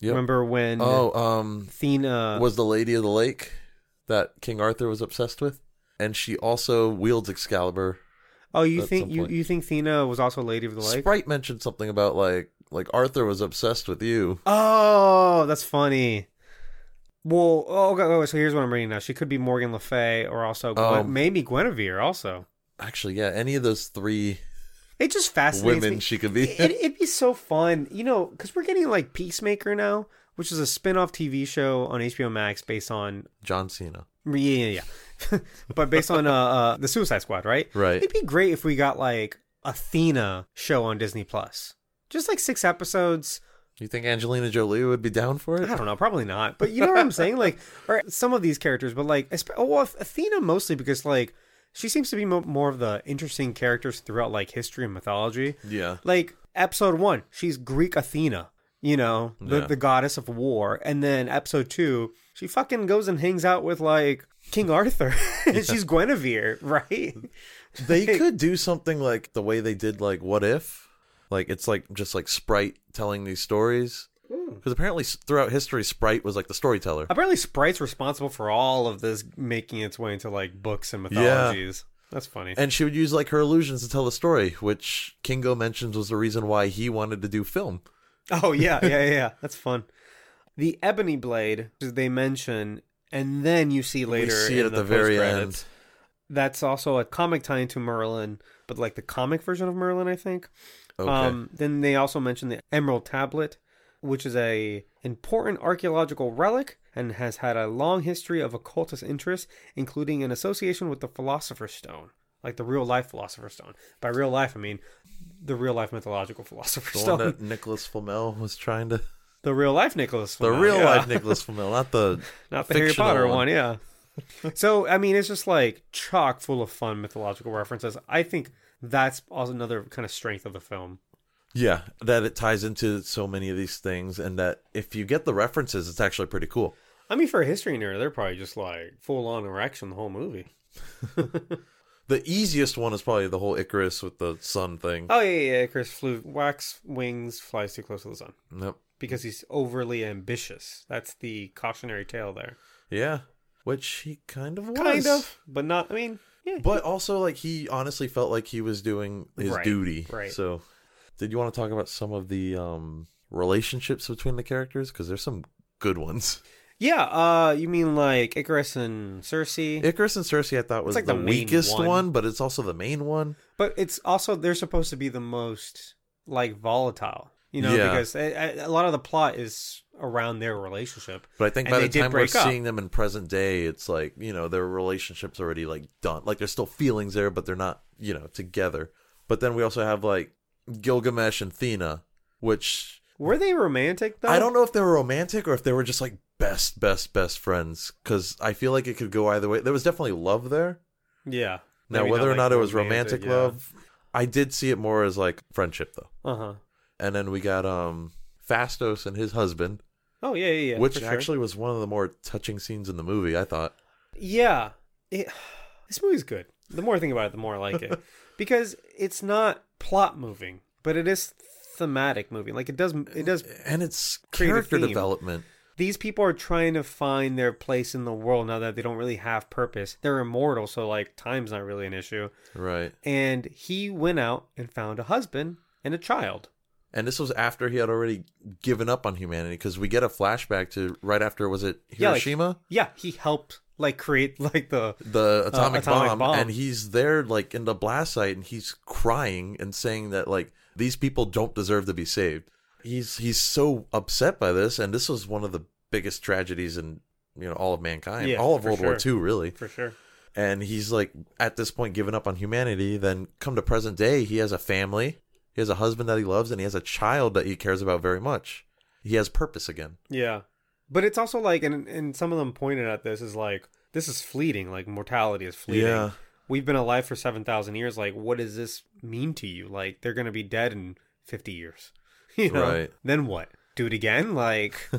[SPEAKER 2] Yep.
[SPEAKER 1] Remember when
[SPEAKER 2] Oh, um,
[SPEAKER 1] Athena
[SPEAKER 2] was the Lady of the Lake that King Arthur was obsessed with, and she also wields Excalibur.
[SPEAKER 1] Oh, you
[SPEAKER 2] at
[SPEAKER 1] think
[SPEAKER 2] some
[SPEAKER 1] you,
[SPEAKER 2] point.
[SPEAKER 1] you think Athena was also Lady of the Lake?
[SPEAKER 2] Sprite mentioned something about like like Arthur was obsessed with you.
[SPEAKER 1] Oh, that's funny. Well, oh, okay, okay, so here's what I'm reading now. She could be Morgan Le Fay or also Gwen,
[SPEAKER 2] Um,
[SPEAKER 1] maybe Guinevere also.
[SPEAKER 2] Actually, yeah, any of those three
[SPEAKER 1] It just fascinates
[SPEAKER 2] women
[SPEAKER 1] me.
[SPEAKER 2] she could be.
[SPEAKER 1] it, it'd be so fun, you know, because we're getting like Peacemaker now, which is a spin-off TV show on HBO Max based on
[SPEAKER 2] John Cena.
[SPEAKER 1] yeah, yeah, yeah. but based on uh, uh, the Suicide Squad, right?
[SPEAKER 2] Right.
[SPEAKER 1] It'd be great if we got like Athena show on Disney Plus, just like six episodes.
[SPEAKER 2] You think Angelina Jolie would be down for
[SPEAKER 1] I
[SPEAKER 2] it?
[SPEAKER 1] don't know, probably not, but you know what I'm saying, like, or some of these characters, but like, esp- oh, well, Athena mostly because like she seems to be mo- more of the interesting characters throughout like history and mythology.
[SPEAKER 2] Yeah.
[SPEAKER 1] Like episode one, she's Greek Athena, you know, the,
[SPEAKER 2] Yeah.
[SPEAKER 1] the goddess of war. And then episode two, she fucking goes and hangs out with like King Arthur. and she's Guinevere, right?
[SPEAKER 2] They could do something like the way they did like What If? Like it's like just like Sprite telling these stories.
[SPEAKER 1] Hmm.
[SPEAKER 2] Because apparently s- throughout history, Sprite was like the storyteller.
[SPEAKER 1] Apparently, Sprite's responsible for all of this making its way into like books and mythologies. That's funny.
[SPEAKER 2] And she would use like her illusions to tell the story, which Kingo mentions was the reason why he wanted to do film.
[SPEAKER 1] Oh yeah, yeah, yeah, yeah. That's fun. The ebony blade, as they mention, and then you see later.
[SPEAKER 2] we see it
[SPEAKER 1] in
[SPEAKER 2] at the, very
[SPEAKER 1] post-credits.
[SPEAKER 2] end.
[SPEAKER 1] That's also a comic tie into Merlin, but like the comic version of Merlin, I think.
[SPEAKER 2] Okay.
[SPEAKER 1] Um, then they also mention the Emerald Tablet, which is a important archaeological relic and has had a long history of occultist interest, including an association with the Philosopher's Stone, like the real life Philosopher's Stone. By real life, I mean the real life mythological Philosopher's
[SPEAKER 2] the
[SPEAKER 1] Stone.
[SPEAKER 2] one that Nicholas Flamel was trying to.
[SPEAKER 1] The real life Nicholas.
[SPEAKER 2] The
[SPEAKER 1] Flamel,
[SPEAKER 2] real
[SPEAKER 1] Oh, yeah.
[SPEAKER 2] life Nicholas Flamel, not the
[SPEAKER 1] not the Harry
[SPEAKER 2] fictional
[SPEAKER 1] Potter one, yeah. so I mean, it's just like chock full of fun mythological references. I think that's also another kind of strength of the film.
[SPEAKER 2] Yeah, that it ties into so many of these things, and that if you get the references, it's actually pretty cool.
[SPEAKER 1] I mean, for a history nerd, they're probably just like full on erection the whole movie.
[SPEAKER 2] The easiest one is probably the whole Icarus with the sun thing.
[SPEAKER 1] Oh yeah, yeah. yeah. Chris flew wax wings, flies too close to the sun
[SPEAKER 2] Nope.
[SPEAKER 1] because he's overly ambitious. That's the cautionary tale there.
[SPEAKER 2] Yeah, which he kind of was.
[SPEAKER 1] Kind of, but not. I mean, yeah.
[SPEAKER 2] But also, like, he honestly felt like he was doing his
[SPEAKER 1] Right,
[SPEAKER 2] duty.
[SPEAKER 1] right.
[SPEAKER 2] So, did you want to talk about some of the um, relationships between the characters? Because there's some good ones.
[SPEAKER 1] Yeah, uh, you mean like Icarus and Cersei?
[SPEAKER 2] Icarus and Cersei, I thought, was
[SPEAKER 1] like
[SPEAKER 2] the,
[SPEAKER 1] the main
[SPEAKER 2] weakest
[SPEAKER 1] one.
[SPEAKER 2] one. but it's also the main one.
[SPEAKER 1] But it's also they're supposed to be the most like volatile, you know,
[SPEAKER 2] Yeah.
[SPEAKER 1] because eh, a, a- a lot of the plot is around their relationship.
[SPEAKER 2] But I think
[SPEAKER 1] And
[SPEAKER 2] by
[SPEAKER 1] they
[SPEAKER 2] the
[SPEAKER 1] did
[SPEAKER 2] time we're
[SPEAKER 1] break up.
[SPEAKER 2] seeing them in present day, it's like you know their relationships already like done. Like there's still feelings there, but they're not you know together. But then we also have like Gilgamesh and Thena, which
[SPEAKER 1] Were they romantic though?
[SPEAKER 2] I don't know if they were romantic or if they were just like best, best, best friends. Because I feel like it could go either way. There was definitely love there.
[SPEAKER 1] Yeah.
[SPEAKER 2] Now, whether or not it was romantic, love, I did see it more as like friendship though.
[SPEAKER 1] Uh huh.
[SPEAKER 2] And then we got um Fastos and his husband,
[SPEAKER 1] Oh yeah, yeah, yeah.
[SPEAKER 2] which
[SPEAKER 1] for sure.
[SPEAKER 2] actually was one of the more touching scenes in the movie. I thought.
[SPEAKER 1] yeah, it, this movie's good. The more I think about it, the more I like it because it's not plot moving, but it is thematic moving. Like it does, it does
[SPEAKER 2] and it's
[SPEAKER 1] create a
[SPEAKER 2] character
[SPEAKER 1] theme.
[SPEAKER 2] development.
[SPEAKER 1] these people are trying to find their place in the world now that they don't really have purpose. They're immortal, so like time's not really an issue.
[SPEAKER 2] Right.
[SPEAKER 1] And he went out and found a husband and a child.
[SPEAKER 2] And this was after he had already given up on humanity because we get a flashback to right after was it
[SPEAKER 1] Yeah, like-
[SPEAKER 2] Hiroshima?
[SPEAKER 1] Yeah, he helped like create like the
[SPEAKER 2] the atomic,
[SPEAKER 1] Uh, atomic
[SPEAKER 2] bomb,
[SPEAKER 1] bomb.
[SPEAKER 2] and he's there like in the blast site and he's crying and saying that like these people don't deserve to be saved. He's he's so upset by this and this was one of the biggest tragedies in you know all of mankind,
[SPEAKER 1] Yeah,
[SPEAKER 2] all of
[SPEAKER 1] for
[SPEAKER 2] World War
[SPEAKER 1] sure.
[SPEAKER 2] II really.
[SPEAKER 1] for sure.
[SPEAKER 2] And he's like at this point giving up on humanity, then come to present day he has a family, he has a husband that he loves and he has a child that he cares about very much. He has purpose again.
[SPEAKER 1] Yeah. But it's also like and and some of them pointed at this is like this is fleeting, like mortality is fleeting.
[SPEAKER 2] Yeah.
[SPEAKER 1] We've been alive for 7,000 years. Like what does this mean to you? Like they're going to be dead in 50 years. You know.
[SPEAKER 2] Right.
[SPEAKER 1] Then what? Do it again? Like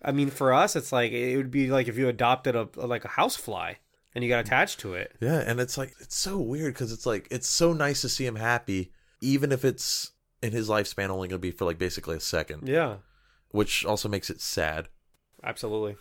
[SPEAKER 1] I mean for us it's like it would be like if you adopted a like a house fly and you got attached to it.
[SPEAKER 2] Yeah, and it's like it's so weird because it's like it's so nice to see him happy, even if it's in his lifespan only gonna be for like basically a second,
[SPEAKER 1] Yeah.
[SPEAKER 2] which also makes it sad.
[SPEAKER 1] Absolutely.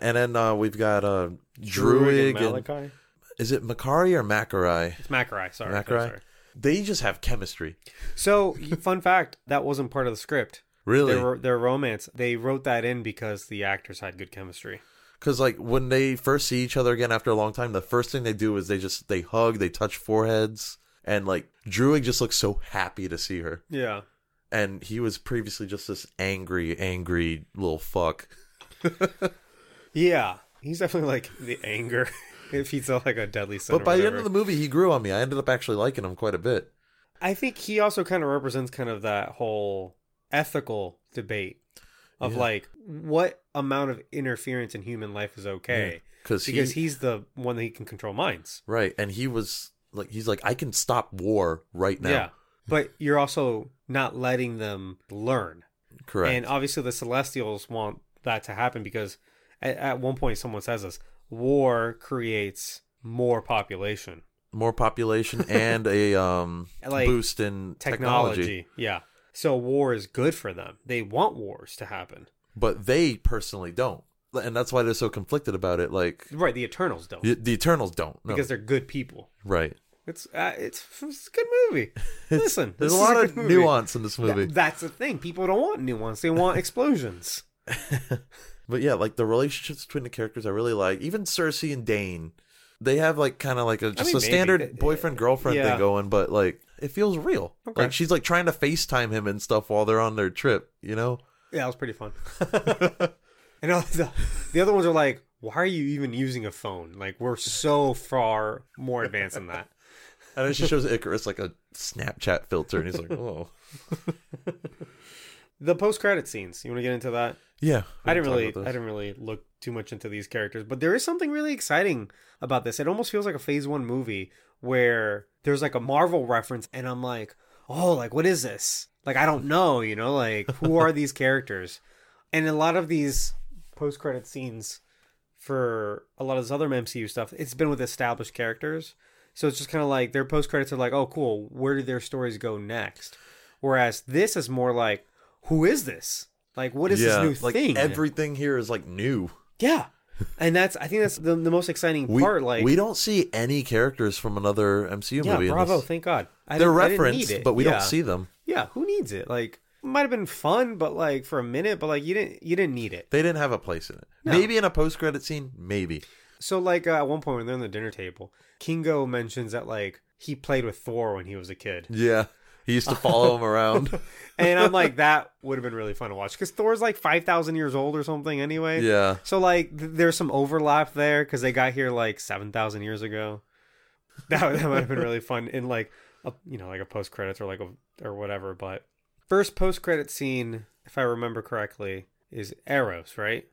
[SPEAKER 2] And then uh, we've got uh, Druid.
[SPEAKER 1] Malachi.
[SPEAKER 2] is it Makari or Makari?
[SPEAKER 1] It's Macari. Sorry. I'm
[SPEAKER 2] Makari.
[SPEAKER 1] sorry.
[SPEAKER 2] They just have chemistry,
[SPEAKER 1] So, fun fact that wasn't part of the script.
[SPEAKER 2] really.
[SPEAKER 1] Their, their romance, they wrote that in because the actors had good chemistry.
[SPEAKER 2] Because like when they first see each other again after a long time, the first thing they do is they just they hug, they touch foreheads, and like Druig just looks so happy to see her,
[SPEAKER 1] Yeah.
[SPEAKER 2] and he was previously just this angry, angry little fuck.
[SPEAKER 1] Yeah. He's definitely like the anger if he's like a deadly sin.
[SPEAKER 2] But by the end of the movie, he grew on me. I ended up actually liking him quite a bit.
[SPEAKER 1] I think he also kind of represents kind of that whole ethical debate of
[SPEAKER 2] Yeah.
[SPEAKER 1] like what amount of interference in human life is okay.
[SPEAKER 2] because
[SPEAKER 1] Because he's the one that he can control minds.
[SPEAKER 2] right, and he was like, he's like, I can stop war right now.
[SPEAKER 1] Yeah. But you're also not letting them learn.
[SPEAKER 2] Correct.
[SPEAKER 1] And uh, obviously, the Celestials want that to happen because at, at one point, someone says this war creates more population.
[SPEAKER 2] More population and a um
[SPEAKER 1] Like,
[SPEAKER 2] boost in
[SPEAKER 1] Technology.
[SPEAKER 2] technology.
[SPEAKER 1] Yeah. So, war is good for them. They want wars to happen.
[SPEAKER 2] but they personally don't, and that's why they're so conflicted about it. Like
[SPEAKER 1] Right. The Eternals don't
[SPEAKER 2] the, the Eternals don't no.
[SPEAKER 1] because they're good people.
[SPEAKER 2] right.
[SPEAKER 1] It's, uh, it's, it's a good movie. Listen,
[SPEAKER 2] There's a
[SPEAKER 1] this is
[SPEAKER 2] lot
[SPEAKER 1] good
[SPEAKER 2] of
[SPEAKER 1] movie.
[SPEAKER 2] nuance in this
[SPEAKER 1] Th-
[SPEAKER 2] movie,
[SPEAKER 1] that's the thing. People don't want nuance, they want explosions.
[SPEAKER 2] but yeah, like the relationships between the characters, I really like. Even Cersei and Dane, they have like kind of like a just
[SPEAKER 1] mean,
[SPEAKER 2] a
[SPEAKER 1] maybe.
[SPEAKER 2] standard
[SPEAKER 1] Th-
[SPEAKER 2] boyfriend girlfriend
[SPEAKER 1] yeah.
[SPEAKER 2] thing going, but like it feels real.
[SPEAKER 1] Okay.
[SPEAKER 2] Like she's like trying to FaceTime him and stuff while they're on their trip, you know.
[SPEAKER 1] Yeah, it was pretty fun. and all the, the other ones are like, why are you even using a phone? Like, we're so far more advanced than that.
[SPEAKER 2] And then she shows Icarus like a Snapchat filter, and he's like, "Oh,
[SPEAKER 1] The post-credit scenes. You want to get into that?
[SPEAKER 2] yeah."
[SPEAKER 1] I didn't
[SPEAKER 2] We'll talk
[SPEAKER 1] really, I
[SPEAKER 2] about this.
[SPEAKER 1] didn't really look too much into these characters, but there is something really exciting about this. It almost feels like a Phase One movie where there's like a Marvel reference, and I'm like, oh, like what is this? Like I don't know, you know, like who are these characters? And a lot of these post-credit scenes for a lot of this other MCU stuff, it's been with established characters. So it's just kind of like their post credits are like, oh, cool. Where do their stories go next? Whereas this is more like, who is this? Like, what is
[SPEAKER 2] Yeah,
[SPEAKER 1] this new
[SPEAKER 2] like
[SPEAKER 1] thing?
[SPEAKER 2] everything here is like new.
[SPEAKER 1] yeah, and that's I think that's the, the most exciting
[SPEAKER 2] We
[SPEAKER 1] part. Like,
[SPEAKER 2] we don't see any characters from another MCU
[SPEAKER 1] yeah,
[SPEAKER 2] movie. in
[SPEAKER 1] bravo,
[SPEAKER 2] this.
[SPEAKER 1] thank God. I
[SPEAKER 2] They're
[SPEAKER 1] didn't- I didn't need
[SPEAKER 2] referenced,
[SPEAKER 1] it.
[SPEAKER 2] but we
[SPEAKER 1] Yeah.
[SPEAKER 2] don't see them.
[SPEAKER 1] Yeah, who needs it? Like, it might have been fun, but like for a minute, but like you didn't you didn't need it.
[SPEAKER 2] They didn't have a place in it.
[SPEAKER 1] No.
[SPEAKER 2] Maybe in a post-credit scene. Maybe.
[SPEAKER 1] So like uh, at one point when they're on the dinner table, Kingo mentions that like he played with Thor when he was a kid.
[SPEAKER 2] Yeah, he used to follow him around.
[SPEAKER 1] And I'm like, that would have been really fun to watch because Thor's like 5,000 years old or something anyway.
[SPEAKER 2] Yeah,
[SPEAKER 1] So, like, th- there's some overlap there because they got here like 7,000 years ago. That, that might have been really fun in like, a, you know, like a post credits or like a, or whatever. But first post credit scene, if I remember correctly, is Eros, right?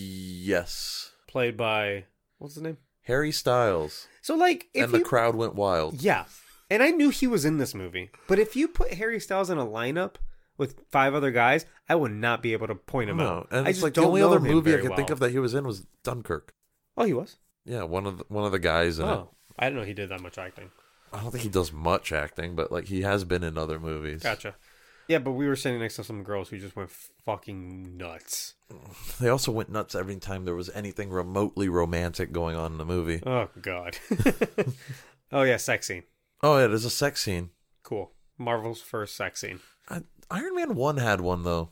[SPEAKER 2] yes.
[SPEAKER 1] Played by, what's his name?
[SPEAKER 2] Harry Styles
[SPEAKER 1] So, like, if
[SPEAKER 2] and
[SPEAKER 1] you,
[SPEAKER 2] the crowd went wild.
[SPEAKER 1] Yeah. And I knew he was in this movie. But if you put Harry Styles in a lineup with five other guys, I would not be able to point him
[SPEAKER 2] No,
[SPEAKER 1] out.
[SPEAKER 2] and
[SPEAKER 1] I
[SPEAKER 2] it's
[SPEAKER 1] just
[SPEAKER 2] like the
[SPEAKER 1] don't
[SPEAKER 2] only
[SPEAKER 1] know
[SPEAKER 2] other
[SPEAKER 1] him
[SPEAKER 2] movie I
[SPEAKER 1] very
[SPEAKER 2] could think
[SPEAKER 1] well.
[SPEAKER 2] of that he was in was Dunkirk.
[SPEAKER 1] Oh, he was?
[SPEAKER 2] Yeah, one of the, one of the guys in it.
[SPEAKER 1] Oh. I didn't know he did that much acting.
[SPEAKER 2] I don't think he does much acting, but like he has been in other movies.
[SPEAKER 1] Gotcha. Yeah, but we were sitting next to some girls who just went fucking nuts.
[SPEAKER 2] They also went nuts every time there was anything remotely romantic going on in the movie.
[SPEAKER 1] Oh, God. oh, yeah, sex scene.
[SPEAKER 2] Oh yeah, there's a sex scene.
[SPEAKER 1] Cool. Marvel's first sex scene.
[SPEAKER 2] I, Iron Man one had one though.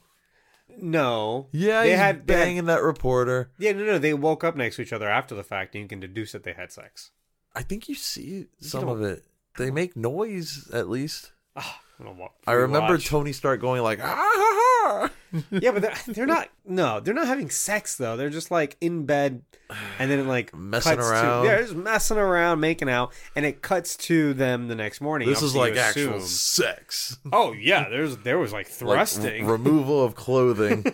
[SPEAKER 1] No.
[SPEAKER 2] Yeah,
[SPEAKER 1] they
[SPEAKER 2] he's
[SPEAKER 1] had, they had-
[SPEAKER 2] banging that reporter.
[SPEAKER 1] Yeah, no, no. They woke up next to each other after the fact, and you can deduce that they had sex.
[SPEAKER 2] I think you see some
[SPEAKER 1] don't-
[SPEAKER 2] of it. They make noise at least.
[SPEAKER 1] Ah, I'm gonna wa-
[SPEAKER 2] I remember
[SPEAKER 1] rewatch.
[SPEAKER 2] Tony Stark going like, ah, ha, ha.
[SPEAKER 1] yeah, but they're, they're not. No, they're not having sex though. They're just like in bed, and then it, like
[SPEAKER 2] Messing
[SPEAKER 1] cuts to-
[SPEAKER 2] around.
[SPEAKER 1] yeah, they're just messing around, making out, and it cuts to them the next morning.
[SPEAKER 2] this is
[SPEAKER 1] Obviously,
[SPEAKER 2] like
[SPEAKER 1] you
[SPEAKER 2] actual
[SPEAKER 1] assume-
[SPEAKER 2] sex,
[SPEAKER 1] Oh yeah, there's there was like
[SPEAKER 2] Like,
[SPEAKER 1] thrusting.
[SPEAKER 2] re- removal of clothing.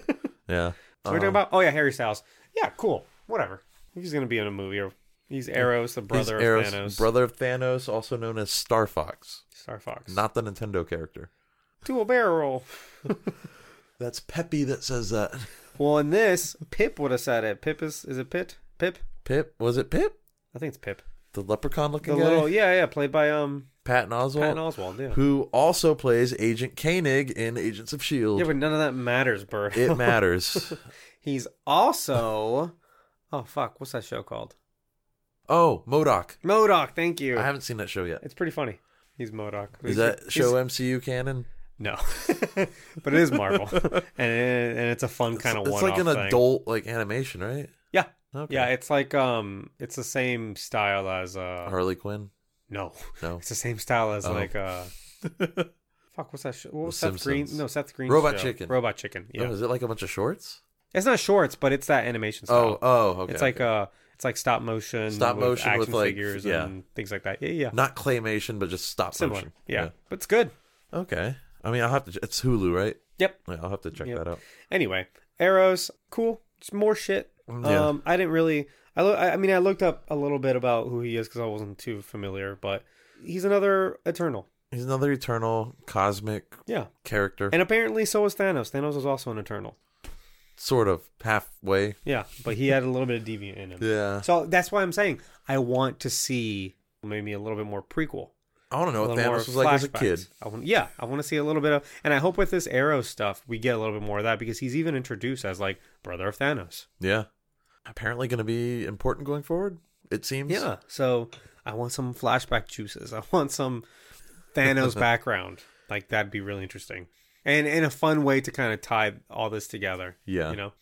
[SPEAKER 2] yeah,
[SPEAKER 1] So
[SPEAKER 2] Um, uh-huh.
[SPEAKER 1] we're talking about oh yeah, Harry Styles. Yeah, cool. Whatever. He's gonna be in a movie or he's Arrows, the
[SPEAKER 2] He's
[SPEAKER 1] brother
[SPEAKER 2] Eros-
[SPEAKER 1] of Thanos,
[SPEAKER 2] brother of Thanos, also known as Star Fox,
[SPEAKER 1] Star Fox,
[SPEAKER 2] not the Nintendo character.
[SPEAKER 1] dual barrel.
[SPEAKER 2] That's Peppy that says that.
[SPEAKER 1] well, in this, Pip would have said it. Pip is is it Pit? Pip?
[SPEAKER 2] Pip was it Pip?
[SPEAKER 1] I think it's Pip.
[SPEAKER 2] The leprechaun
[SPEAKER 1] The
[SPEAKER 2] looking guy,
[SPEAKER 1] little yeah yeah played by um
[SPEAKER 2] Patton Oswalt,
[SPEAKER 1] Patton Oswald yeah.
[SPEAKER 2] who also plays Agent Koenig in Agents of Shield.
[SPEAKER 1] Yeah, but none of that matters, Bert.
[SPEAKER 2] it matters.
[SPEAKER 1] He's also oh fuck, what's that show called?
[SPEAKER 2] Oh, Modoc.
[SPEAKER 1] Modoc. Thank you.
[SPEAKER 2] I haven't seen that show yet.
[SPEAKER 1] It's pretty funny. He's Modoc.
[SPEAKER 2] Is that show MCU canon?
[SPEAKER 1] No, but it is Marvel, and it, and it's a fun kind of
[SPEAKER 2] It's
[SPEAKER 1] one.
[SPEAKER 2] like an
[SPEAKER 1] thing.
[SPEAKER 2] adult like animation, right?
[SPEAKER 1] Yeah,
[SPEAKER 2] Okay.
[SPEAKER 1] yeah. It's like um, it's the same style as uh,
[SPEAKER 2] Harley Quinn.
[SPEAKER 1] No,
[SPEAKER 2] No.
[SPEAKER 1] it's the same style as
[SPEAKER 2] Oh.
[SPEAKER 1] like uh, fuck. What's that? Show? What was
[SPEAKER 2] The
[SPEAKER 1] Seth Green?
[SPEAKER 2] Simpsons.
[SPEAKER 1] No, Seth Green.
[SPEAKER 2] Robot
[SPEAKER 1] show.
[SPEAKER 2] Chicken.
[SPEAKER 1] Robot Chicken. Yeah,
[SPEAKER 2] Oh, is it like a bunch of shorts?
[SPEAKER 1] it's not shorts, but it's that animation
[SPEAKER 2] Oh,
[SPEAKER 1] style.
[SPEAKER 2] oh, okay.
[SPEAKER 1] it's like
[SPEAKER 2] okay.
[SPEAKER 1] uh, it's like stop motion,
[SPEAKER 2] Stop motion with,
[SPEAKER 1] action
[SPEAKER 2] like,
[SPEAKER 1] figures
[SPEAKER 2] yeah.
[SPEAKER 1] and things like that. Yeah, yeah,
[SPEAKER 2] not claymation, but just stop
[SPEAKER 1] similar.
[SPEAKER 2] motion.
[SPEAKER 1] Yeah. but it's good.
[SPEAKER 2] Yeah. Okay. I mean, I'll have to. ch- It's Hulu, right?
[SPEAKER 1] Yep.
[SPEAKER 2] Yeah, I'll have to check
[SPEAKER 1] Yep.
[SPEAKER 2] that out.
[SPEAKER 1] Anyway, arrows, cool. It's more shit.
[SPEAKER 2] Mm, Yeah.
[SPEAKER 1] Um, I didn't really. I lo- I I mean, I looked up a little bit about who he is because I wasn't too familiar, but he's another Eternal.
[SPEAKER 2] He's another eternal cosmic
[SPEAKER 1] Yeah,
[SPEAKER 2] character,
[SPEAKER 1] and apparently so was Thanos. Thanos was also an Eternal.
[SPEAKER 2] sort of halfway.
[SPEAKER 1] Yeah, but he had a little bit of deviant in him.
[SPEAKER 2] Yeah.
[SPEAKER 1] So that's why I'm saying I want to see maybe a little bit more prequel.
[SPEAKER 2] I want to know
[SPEAKER 1] a
[SPEAKER 2] what
[SPEAKER 1] little more
[SPEAKER 2] Thanos was like as a
[SPEAKER 1] flashbacks.
[SPEAKER 2] kid.
[SPEAKER 1] I want, yeah, I want to see a little bit of, and I hope with this Arrow stuff we get a little bit more of that because he's even introduced as like brother of Thanos.
[SPEAKER 2] Yeah. Apparently going to be important going forward. It seems.
[SPEAKER 1] Yeah, so I want some flashback juices. I want some Thanos background. Like that'd be really interesting, and and a fun way to kind of tie all this together.
[SPEAKER 2] Yeah.
[SPEAKER 1] you know,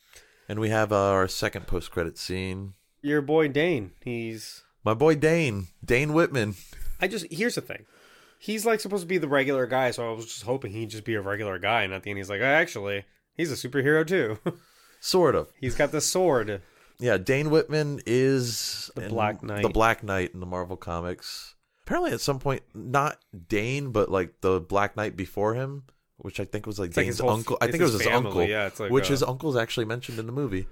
[SPEAKER 2] And we have uh, our second post-credit scene.
[SPEAKER 1] your boy Dane. He's
[SPEAKER 2] My boy Dane, Dane Whitman.
[SPEAKER 1] I just here's the thing. He's like supposed to be the regular guy, so I was just hoping he'd just be a regular guy, and at the end he's like, actually, he's a superhero too.
[SPEAKER 2] Sort of.
[SPEAKER 1] he's got the sword.
[SPEAKER 2] Yeah, Dane Whitman is
[SPEAKER 1] The
[SPEAKER 2] in-
[SPEAKER 1] Black Knight.
[SPEAKER 2] The Black Knight in the Marvel comics. Apparently, at some point, not Dane, but like the Black Knight before him, which I think was like
[SPEAKER 1] It's like his
[SPEAKER 2] Dane's
[SPEAKER 1] whole f-
[SPEAKER 2] uncle. I
[SPEAKER 1] it's
[SPEAKER 2] think it was
[SPEAKER 1] his
[SPEAKER 2] his
[SPEAKER 1] family,
[SPEAKER 2] uncle.
[SPEAKER 1] yeah, it's like,
[SPEAKER 2] which
[SPEAKER 1] uh,
[SPEAKER 2] his uncle's actually mentioned in the movie.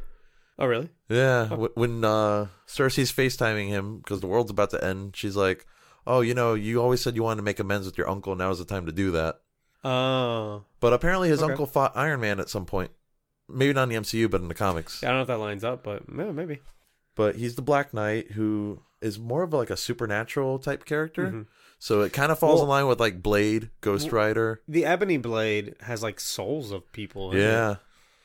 [SPEAKER 1] Oh really?
[SPEAKER 2] Yeah, wh- when uh, Cersei's FaceTiming him because the world's about to end, she's like, "Oh, you know, you always said you wanted to make amends with your uncle. Now is the time to do that."
[SPEAKER 1] Oh,
[SPEAKER 2] But apparently, his
[SPEAKER 1] Okay.
[SPEAKER 2] uncle fought Iron Man at some point. Maybe not in the MCU, but in the comics.
[SPEAKER 1] I don't know if that lines up, but yeah, maybe.
[SPEAKER 2] but he's the Black Knight who is more of like a supernatural type character. So it kind of falls in
[SPEAKER 1] Mm-hmm. Well-
[SPEAKER 2] line with like Blade, Ghost Rider.
[SPEAKER 1] The ebony blade has like souls of people. in it.
[SPEAKER 2] Yeah.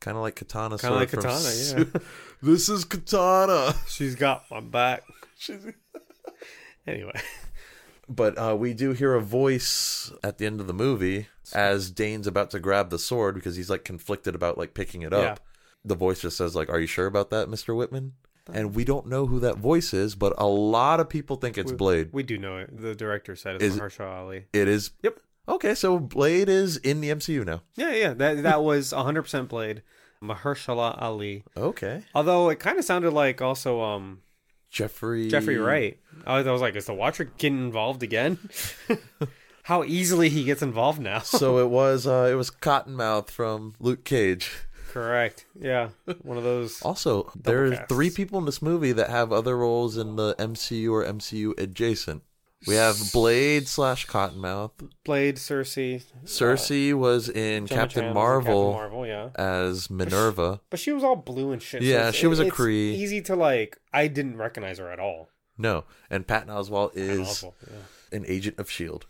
[SPEAKER 2] Kind of like Katana.
[SPEAKER 1] Kinda like
[SPEAKER 2] sword from
[SPEAKER 1] Katana,
[SPEAKER 2] Su-
[SPEAKER 1] yeah.
[SPEAKER 2] this is Katana.
[SPEAKER 1] she's got my back. anyway,
[SPEAKER 2] But uh, we do hear a voice at the end of the movie as Dane's about to grab the sword because he's like conflicted about like picking it up. The voice just says like, "Are you sure about that, Mister Whitman?" And we don't know who that voice is, but a lot of people think it's Blade.
[SPEAKER 1] we do know it. The director said it's
[SPEAKER 2] Is it-
[SPEAKER 1] Mahershala Ali.
[SPEAKER 2] It is.
[SPEAKER 1] Yep.
[SPEAKER 2] Okay, so Blade is in the MCU now.
[SPEAKER 1] Yeah, yeah. That that was 100 percent blade. Mahershala Ali.
[SPEAKER 2] Okay.
[SPEAKER 1] Although it kind of sounded like also um
[SPEAKER 2] Jeffrey
[SPEAKER 1] Jeffrey Wright. I was I was like, is the Watcher getting involved again? How easily he gets involved now.
[SPEAKER 2] so it was uh it was Cottonmouth from Luke Cage.
[SPEAKER 1] Correct. Yeah. One of those.
[SPEAKER 2] Also, there are
[SPEAKER 1] casts.
[SPEAKER 2] three people in this movie that have other roles in the MCU or MCU adjacent. We have Blade slash Cottonmouth.
[SPEAKER 1] Blade, Cersei,
[SPEAKER 2] Cersei was in
[SPEAKER 1] Gemma
[SPEAKER 2] Captain
[SPEAKER 1] Chan was in
[SPEAKER 2] Marvel,
[SPEAKER 1] Captain Marvel, yeah.
[SPEAKER 2] as Minerva.
[SPEAKER 1] But she was all blue and shit.
[SPEAKER 2] Yeah,
[SPEAKER 1] it's-
[SPEAKER 2] she was a
[SPEAKER 1] it's
[SPEAKER 2] Kree.
[SPEAKER 1] Easy to like. I didn't recognize her at all.
[SPEAKER 2] No, and Patton Oswalt
[SPEAKER 1] At
[SPEAKER 2] is
[SPEAKER 1] all. Yeah.
[SPEAKER 2] an agent of Shield.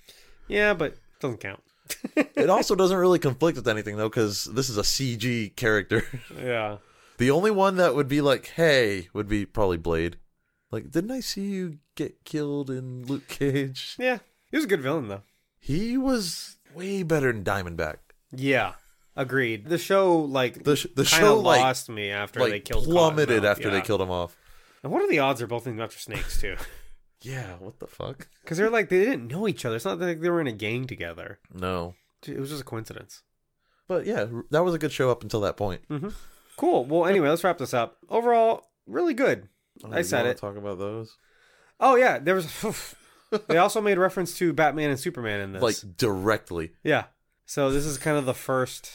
[SPEAKER 1] yeah, but doesn't count.
[SPEAKER 2] E It also doesn't really conflict with anything though, because this is a CG character.
[SPEAKER 1] Yeah.
[SPEAKER 2] The only one that would be like, "Hey," would be probably Blade. Like, didn't I see you get killed in Luke Cage?
[SPEAKER 1] Yeah. He was a good villain though.
[SPEAKER 2] He was way better than Diamondback.
[SPEAKER 1] Yeah. Agreed. The show like
[SPEAKER 2] The sh- the
[SPEAKER 1] kinda
[SPEAKER 2] show, like-
[SPEAKER 1] lost me after
[SPEAKER 2] like
[SPEAKER 1] they killed
[SPEAKER 2] plummeted
[SPEAKER 1] Cottonmouth,
[SPEAKER 2] after they
[SPEAKER 1] yeah.
[SPEAKER 2] killed him off.
[SPEAKER 1] And what are the odds they're both named after snakes too?
[SPEAKER 2] Yeah, what the fuck?
[SPEAKER 1] Because they're like they didn't know each other. It's not like they were in a gang together.
[SPEAKER 2] No,
[SPEAKER 1] It was just a coincidence.
[SPEAKER 2] but yeah, r- that was a good show up until that point.
[SPEAKER 1] Cool. Well, anyway, let's wrap this up. Overall, really good. I said it.
[SPEAKER 2] Oh, Talk about those
[SPEAKER 1] Oh yeah, there was. they also made reference to Batman and Superman in this.
[SPEAKER 2] like directly.
[SPEAKER 1] yeah. So this is kind of the first.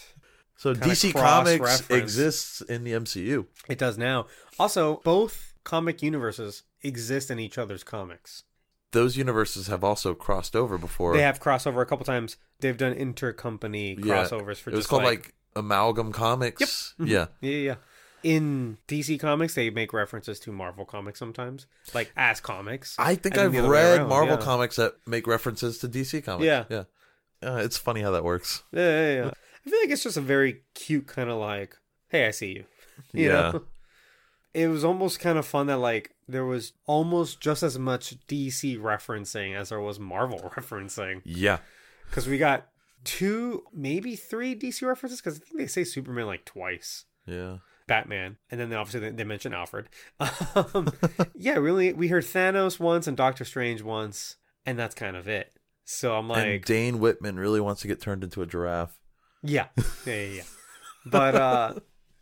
[SPEAKER 2] So
[SPEAKER 1] Kinda
[SPEAKER 2] DC Comics
[SPEAKER 1] cross-reference.
[SPEAKER 2] exists in the MCU.
[SPEAKER 1] It does now. Also, both comic universes exist in each other's comics.
[SPEAKER 2] Those universes have also crossed over before.
[SPEAKER 1] They have crossover a couple times. They've done intercompany
[SPEAKER 2] Yeah.
[SPEAKER 1] crossovers for
[SPEAKER 2] it was
[SPEAKER 1] just
[SPEAKER 2] called
[SPEAKER 1] like Mm-hmm.
[SPEAKER 2] like, Amalgam Comics. Yep. Yeah.
[SPEAKER 1] Yeah, yeah. yeah. In DC Comics, they make references to Marvel Comics sometimes, like as comics.
[SPEAKER 2] I
[SPEAKER 1] And
[SPEAKER 2] think
[SPEAKER 1] then
[SPEAKER 2] I've
[SPEAKER 1] the other way
[SPEAKER 2] read
[SPEAKER 1] around,
[SPEAKER 2] Marvel
[SPEAKER 1] yeah.
[SPEAKER 2] comics that make references to DC comics.
[SPEAKER 1] Yeah.
[SPEAKER 2] yeah. Uh, it's funny how that works.
[SPEAKER 1] Yeah, yeah, yeah. I feel like it's just a very cute kind of like, hey, I see you. you
[SPEAKER 2] Yeah.
[SPEAKER 1] know? It was almost kind of fun that like there was almost just as much DC referencing as there was Marvel referencing
[SPEAKER 2] Yeah,
[SPEAKER 1] because we got two, maybe three DC references because I think they say Superman like twice.
[SPEAKER 2] yeah.
[SPEAKER 1] Batman, and then obviously they, they mention Alfred. Um, yeah, really, we heard Thanos once and Doctor Strange once, and that's kind of it. So I'm
[SPEAKER 2] and
[SPEAKER 1] like,
[SPEAKER 2] Dane Whitman really wants to get turned into a giraffe.
[SPEAKER 1] yeah, yeah, yeah. yeah. but uh,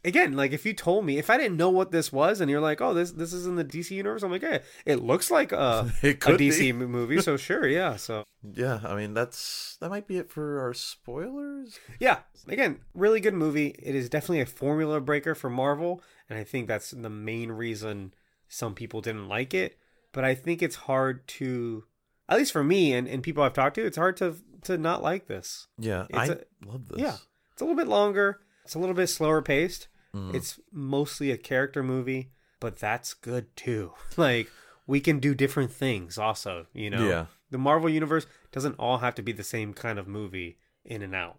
[SPEAKER 1] again, like if you told me, if I didn't know what this was, and you're like, oh, this this is in the DC universe, I'm like, yeah, it looks like a,
[SPEAKER 2] It
[SPEAKER 1] a
[SPEAKER 2] could
[SPEAKER 1] DC
[SPEAKER 2] be.
[SPEAKER 1] m- movie, so sure, yeah. So
[SPEAKER 2] Yeah, I mean that's that might be it for our spoilers.
[SPEAKER 1] yeah, again, really good movie. It is definitely a formula breaker for Marvel, and I think that's the main reason some people didn't like it. But I think it's hard to, at least for me and, and people I've talked to, it's hard to to not like this.
[SPEAKER 2] Yeah,
[SPEAKER 1] It's
[SPEAKER 2] I
[SPEAKER 1] a-
[SPEAKER 2] love this.
[SPEAKER 1] Yeah. It's a little bit longer. It's a little bit slower paced.
[SPEAKER 2] Mm-hmm.
[SPEAKER 1] It's mostly a character movie, but that's good too. Like we can do different things also, you know.
[SPEAKER 2] Yeah.
[SPEAKER 1] The Marvel universe doesn't all have to be the same kind of movie in and out.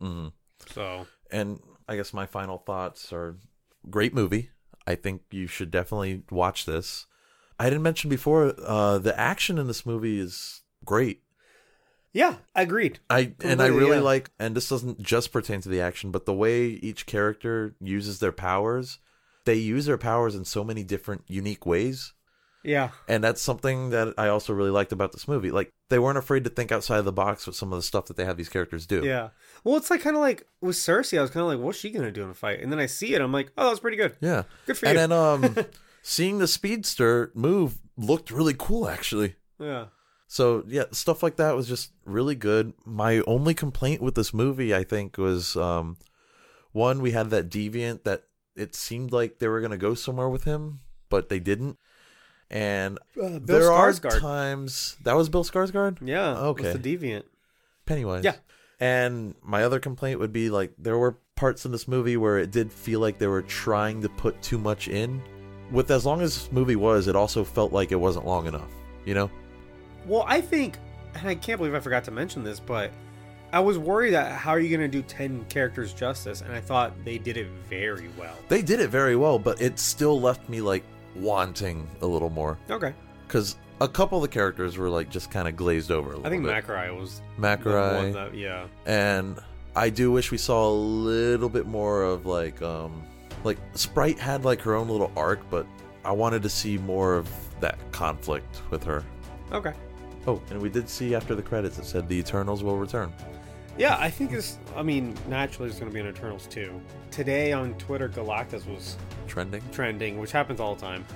[SPEAKER 2] hmm
[SPEAKER 1] So,
[SPEAKER 2] And I guess my final thoughts are great movie. I think you should definitely watch this. I didn't mention before uh, the action in this movie is great.
[SPEAKER 1] yeah, agreed.
[SPEAKER 2] I and I
[SPEAKER 1] Completely,
[SPEAKER 2] really
[SPEAKER 1] yeah.
[SPEAKER 2] like and this doesn't just pertain to the action, but the way each character uses their powers. They use their powers in so many different unique ways.
[SPEAKER 1] Yeah.
[SPEAKER 2] And that's something that I also really liked about this movie. Like they weren't afraid to think outside of the box with some of the stuff that they have these characters do.
[SPEAKER 1] Yeah. Well, it's like kind of like with Cersei, I was kind of like, what's she going to do in a fight? And then I see it, I'm like, oh, that's pretty good.
[SPEAKER 2] Yeah.
[SPEAKER 1] Good for
[SPEAKER 2] and
[SPEAKER 1] you.
[SPEAKER 2] then um seeing the speedster move looked really cool actually.
[SPEAKER 1] Yeah.
[SPEAKER 2] So yeah, stuff like that was just really good. My only complaint with this movie, I think, was um one, we had that deviant that it seemed like they were gonna go somewhere with him, but they didn't. And
[SPEAKER 1] Uh, Bill
[SPEAKER 2] there are
[SPEAKER 1] Skarsgård.
[SPEAKER 2] times that was Bill Skarsgård?
[SPEAKER 1] Yeah.
[SPEAKER 2] Okay.
[SPEAKER 1] What's the deviant?
[SPEAKER 2] Pennywise.
[SPEAKER 1] Yeah.
[SPEAKER 2] And my other complaint would be like there were parts in this movie where it did feel like they were trying to put too much in. With as long as this movie was, it also felt like it wasn't long enough. You know?
[SPEAKER 1] Well, I think, and I can't believe I forgot to mention this, but I was worried that how are you going to do 10 characters justice? And I thought they did it very well.
[SPEAKER 2] They did it very well, but it still left me like wanting a little more
[SPEAKER 1] Okay.
[SPEAKER 2] because a couple of the characters were like just kind of glazed over. A little
[SPEAKER 1] I think
[SPEAKER 2] bit.
[SPEAKER 1] Macarai was
[SPEAKER 2] Macarai.
[SPEAKER 1] the one that, yeah.
[SPEAKER 2] and I do wish we saw a little bit more of like um like Sprite had like her own little arc, but I wanted to see more of that conflict with her.
[SPEAKER 1] Okay.
[SPEAKER 2] Oh, and we did see after the credits it said the Eternals will return.
[SPEAKER 1] Yeah, I think this, I mean, naturally there's going to be an Eternals too. Today on Twitter, Galactus was
[SPEAKER 2] Trending.
[SPEAKER 1] trending, which happens all the time.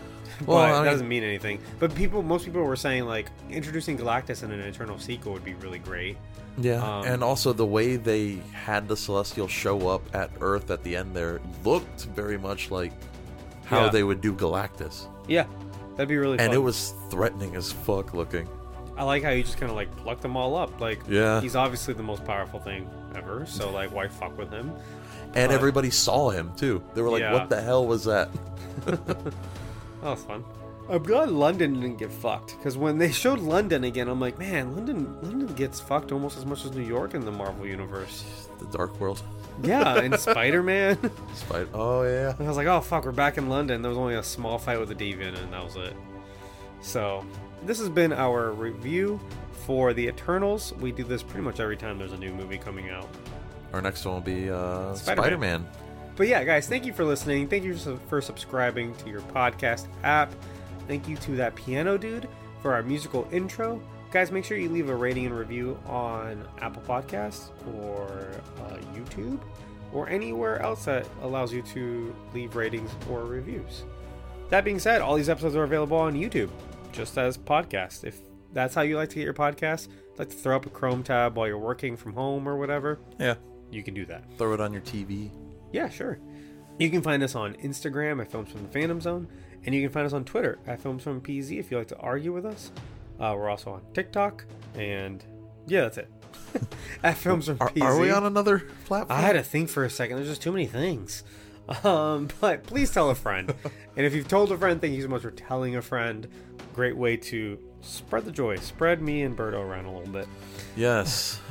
[SPEAKER 2] Well,
[SPEAKER 1] but
[SPEAKER 2] I mean-
[SPEAKER 1] it doesn't mean anything. But people, most people were saying like introducing Galactus in an Eternal sequel would be really great.
[SPEAKER 2] Yeah.
[SPEAKER 1] Um,
[SPEAKER 2] and also the way they had the Celestial show up at Earth at the end there looked very much like how
[SPEAKER 1] Yeah.
[SPEAKER 2] they would do Galactus.
[SPEAKER 1] Yeah, that'd be really.
[SPEAKER 2] And
[SPEAKER 1] fun.
[SPEAKER 2] it was threatening as fuck looking.
[SPEAKER 1] I like how you just kind of like plucked them all up. Like,
[SPEAKER 2] Yeah.
[SPEAKER 1] he's obviously the most powerful thing ever. So like, why fuck with him?
[SPEAKER 2] And everybody saw him too. They were like,
[SPEAKER 1] Yeah.
[SPEAKER 2] What the hell was that?
[SPEAKER 1] That was fun. I'm glad London didn't get fucked because when they showed London again, I'm like, man, London, London gets fucked almost as much as New York in the Marvel universe.
[SPEAKER 2] The Dark World.
[SPEAKER 1] Yeah, and Spider Man.
[SPEAKER 2] Spider. Oh yeah.
[SPEAKER 1] I was like, oh fuck, we're back in London. There was only a small fight with the deviant, and that was it. So, this has been our review for the Eternals. We do this pretty much every time there's a new movie coming out.
[SPEAKER 2] Our next one will be uh, Spider
[SPEAKER 1] Spider-Man.
[SPEAKER 2] Man.
[SPEAKER 1] But yeah, guys, thank you for listening. Thank you su- for subscribing to your podcast app. Thank you to that piano dude for our musical intro. Guys, make sure you leave a rating and review on Apple Podcasts or uh, YouTube or anywhere else that allows you to leave ratings or reviews. That being said, all these episodes are available on YouTube, just as podcasts. If that's how you like to get your podcast, like to throw up a Chrome tab while you're working from home or whatever,
[SPEAKER 2] Yeah.
[SPEAKER 1] you can do that.
[SPEAKER 2] Throw it on your TV.
[SPEAKER 1] Yeah, sure. You can find us on Instagram at Films from the Phantom Zone, and you can find us on Twitter at Films from PZ if you like to argue with us. Uh, we're also on TikTok, and yeah, that's it. at Films from
[SPEAKER 2] Are,
[SPEAKER 1] PZ.
[SPEAKER 2] are we on another platform?
[SPEAKER 1] I had to think for a second. There's just too many things. Um, but please tell a friend. and if you've told a friend, thank you so much for telling a friend. Great way to spread the joy. Spread me and Birdo around a little bit.
[SPEAKER 2] yes.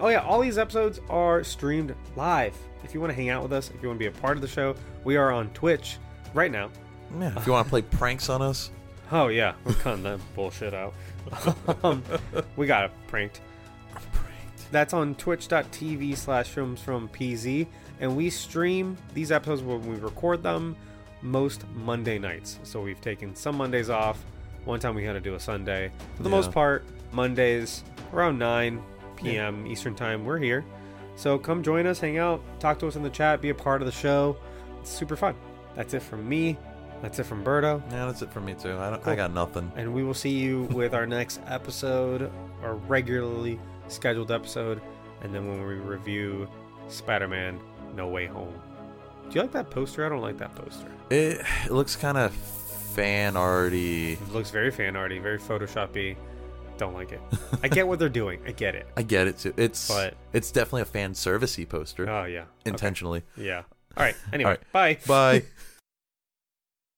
[SPEAKER 1] Oh yeah, all these episodes are streamed live. If you want to hang out with us, if you want to be a part of the show, we are on Twitch right now.
[SPEAKER 2] Yeah. If you want to play pranks on us,
[SPEAKER 1] Oh yeah, we're cutting that bullshit out. um, we got it pranked. That's on twitch.tv slash films from PZ. And we stream these episodes when we record them most Monday nights. So we've taken some Mondays off One time we had to do a Sunday. For the
[SPEAKER 2] Yeah.
[SPEAKER 1] most part, Mondays around 9 p.m. Eastern Time, we're here. So come join us, hang out, talk to us in the chat, be a part of the show. It's super fun. That's it from me. That's it from Berto.
[SPEAKER 2] Yeah, that's it for me too. I don't,
[SPEAKER 1] Cool.
[SPEAKER 2] I got nothing.
[SPEAKER 1] And we will see you with our next episode, our regularly scheduled episode, and then when we review Spider Man No Way Home. Do you like that poster? I don't like that poster.
[SPEAKER 2] It, it looks kind of fan arty.
[SPEAKER 1] It looks very fan arty, very Photoshoppy. Don't like it. I get what they're doing. I get it.
[SPEAKER 2] I get it too. It's
[SPEAKER 1] But-
[SPEAKER 2] it's definitely a fan servicey poster
[SPEAKER 1] Oh yeah.
[SPEAKER 2] intentionally.
[SPEAKER 1] Yeah. All right. Anyway,
[SPEAKER 2] All right.
[SPEAKER 1] bye.
[SPEAKER 2] Bye.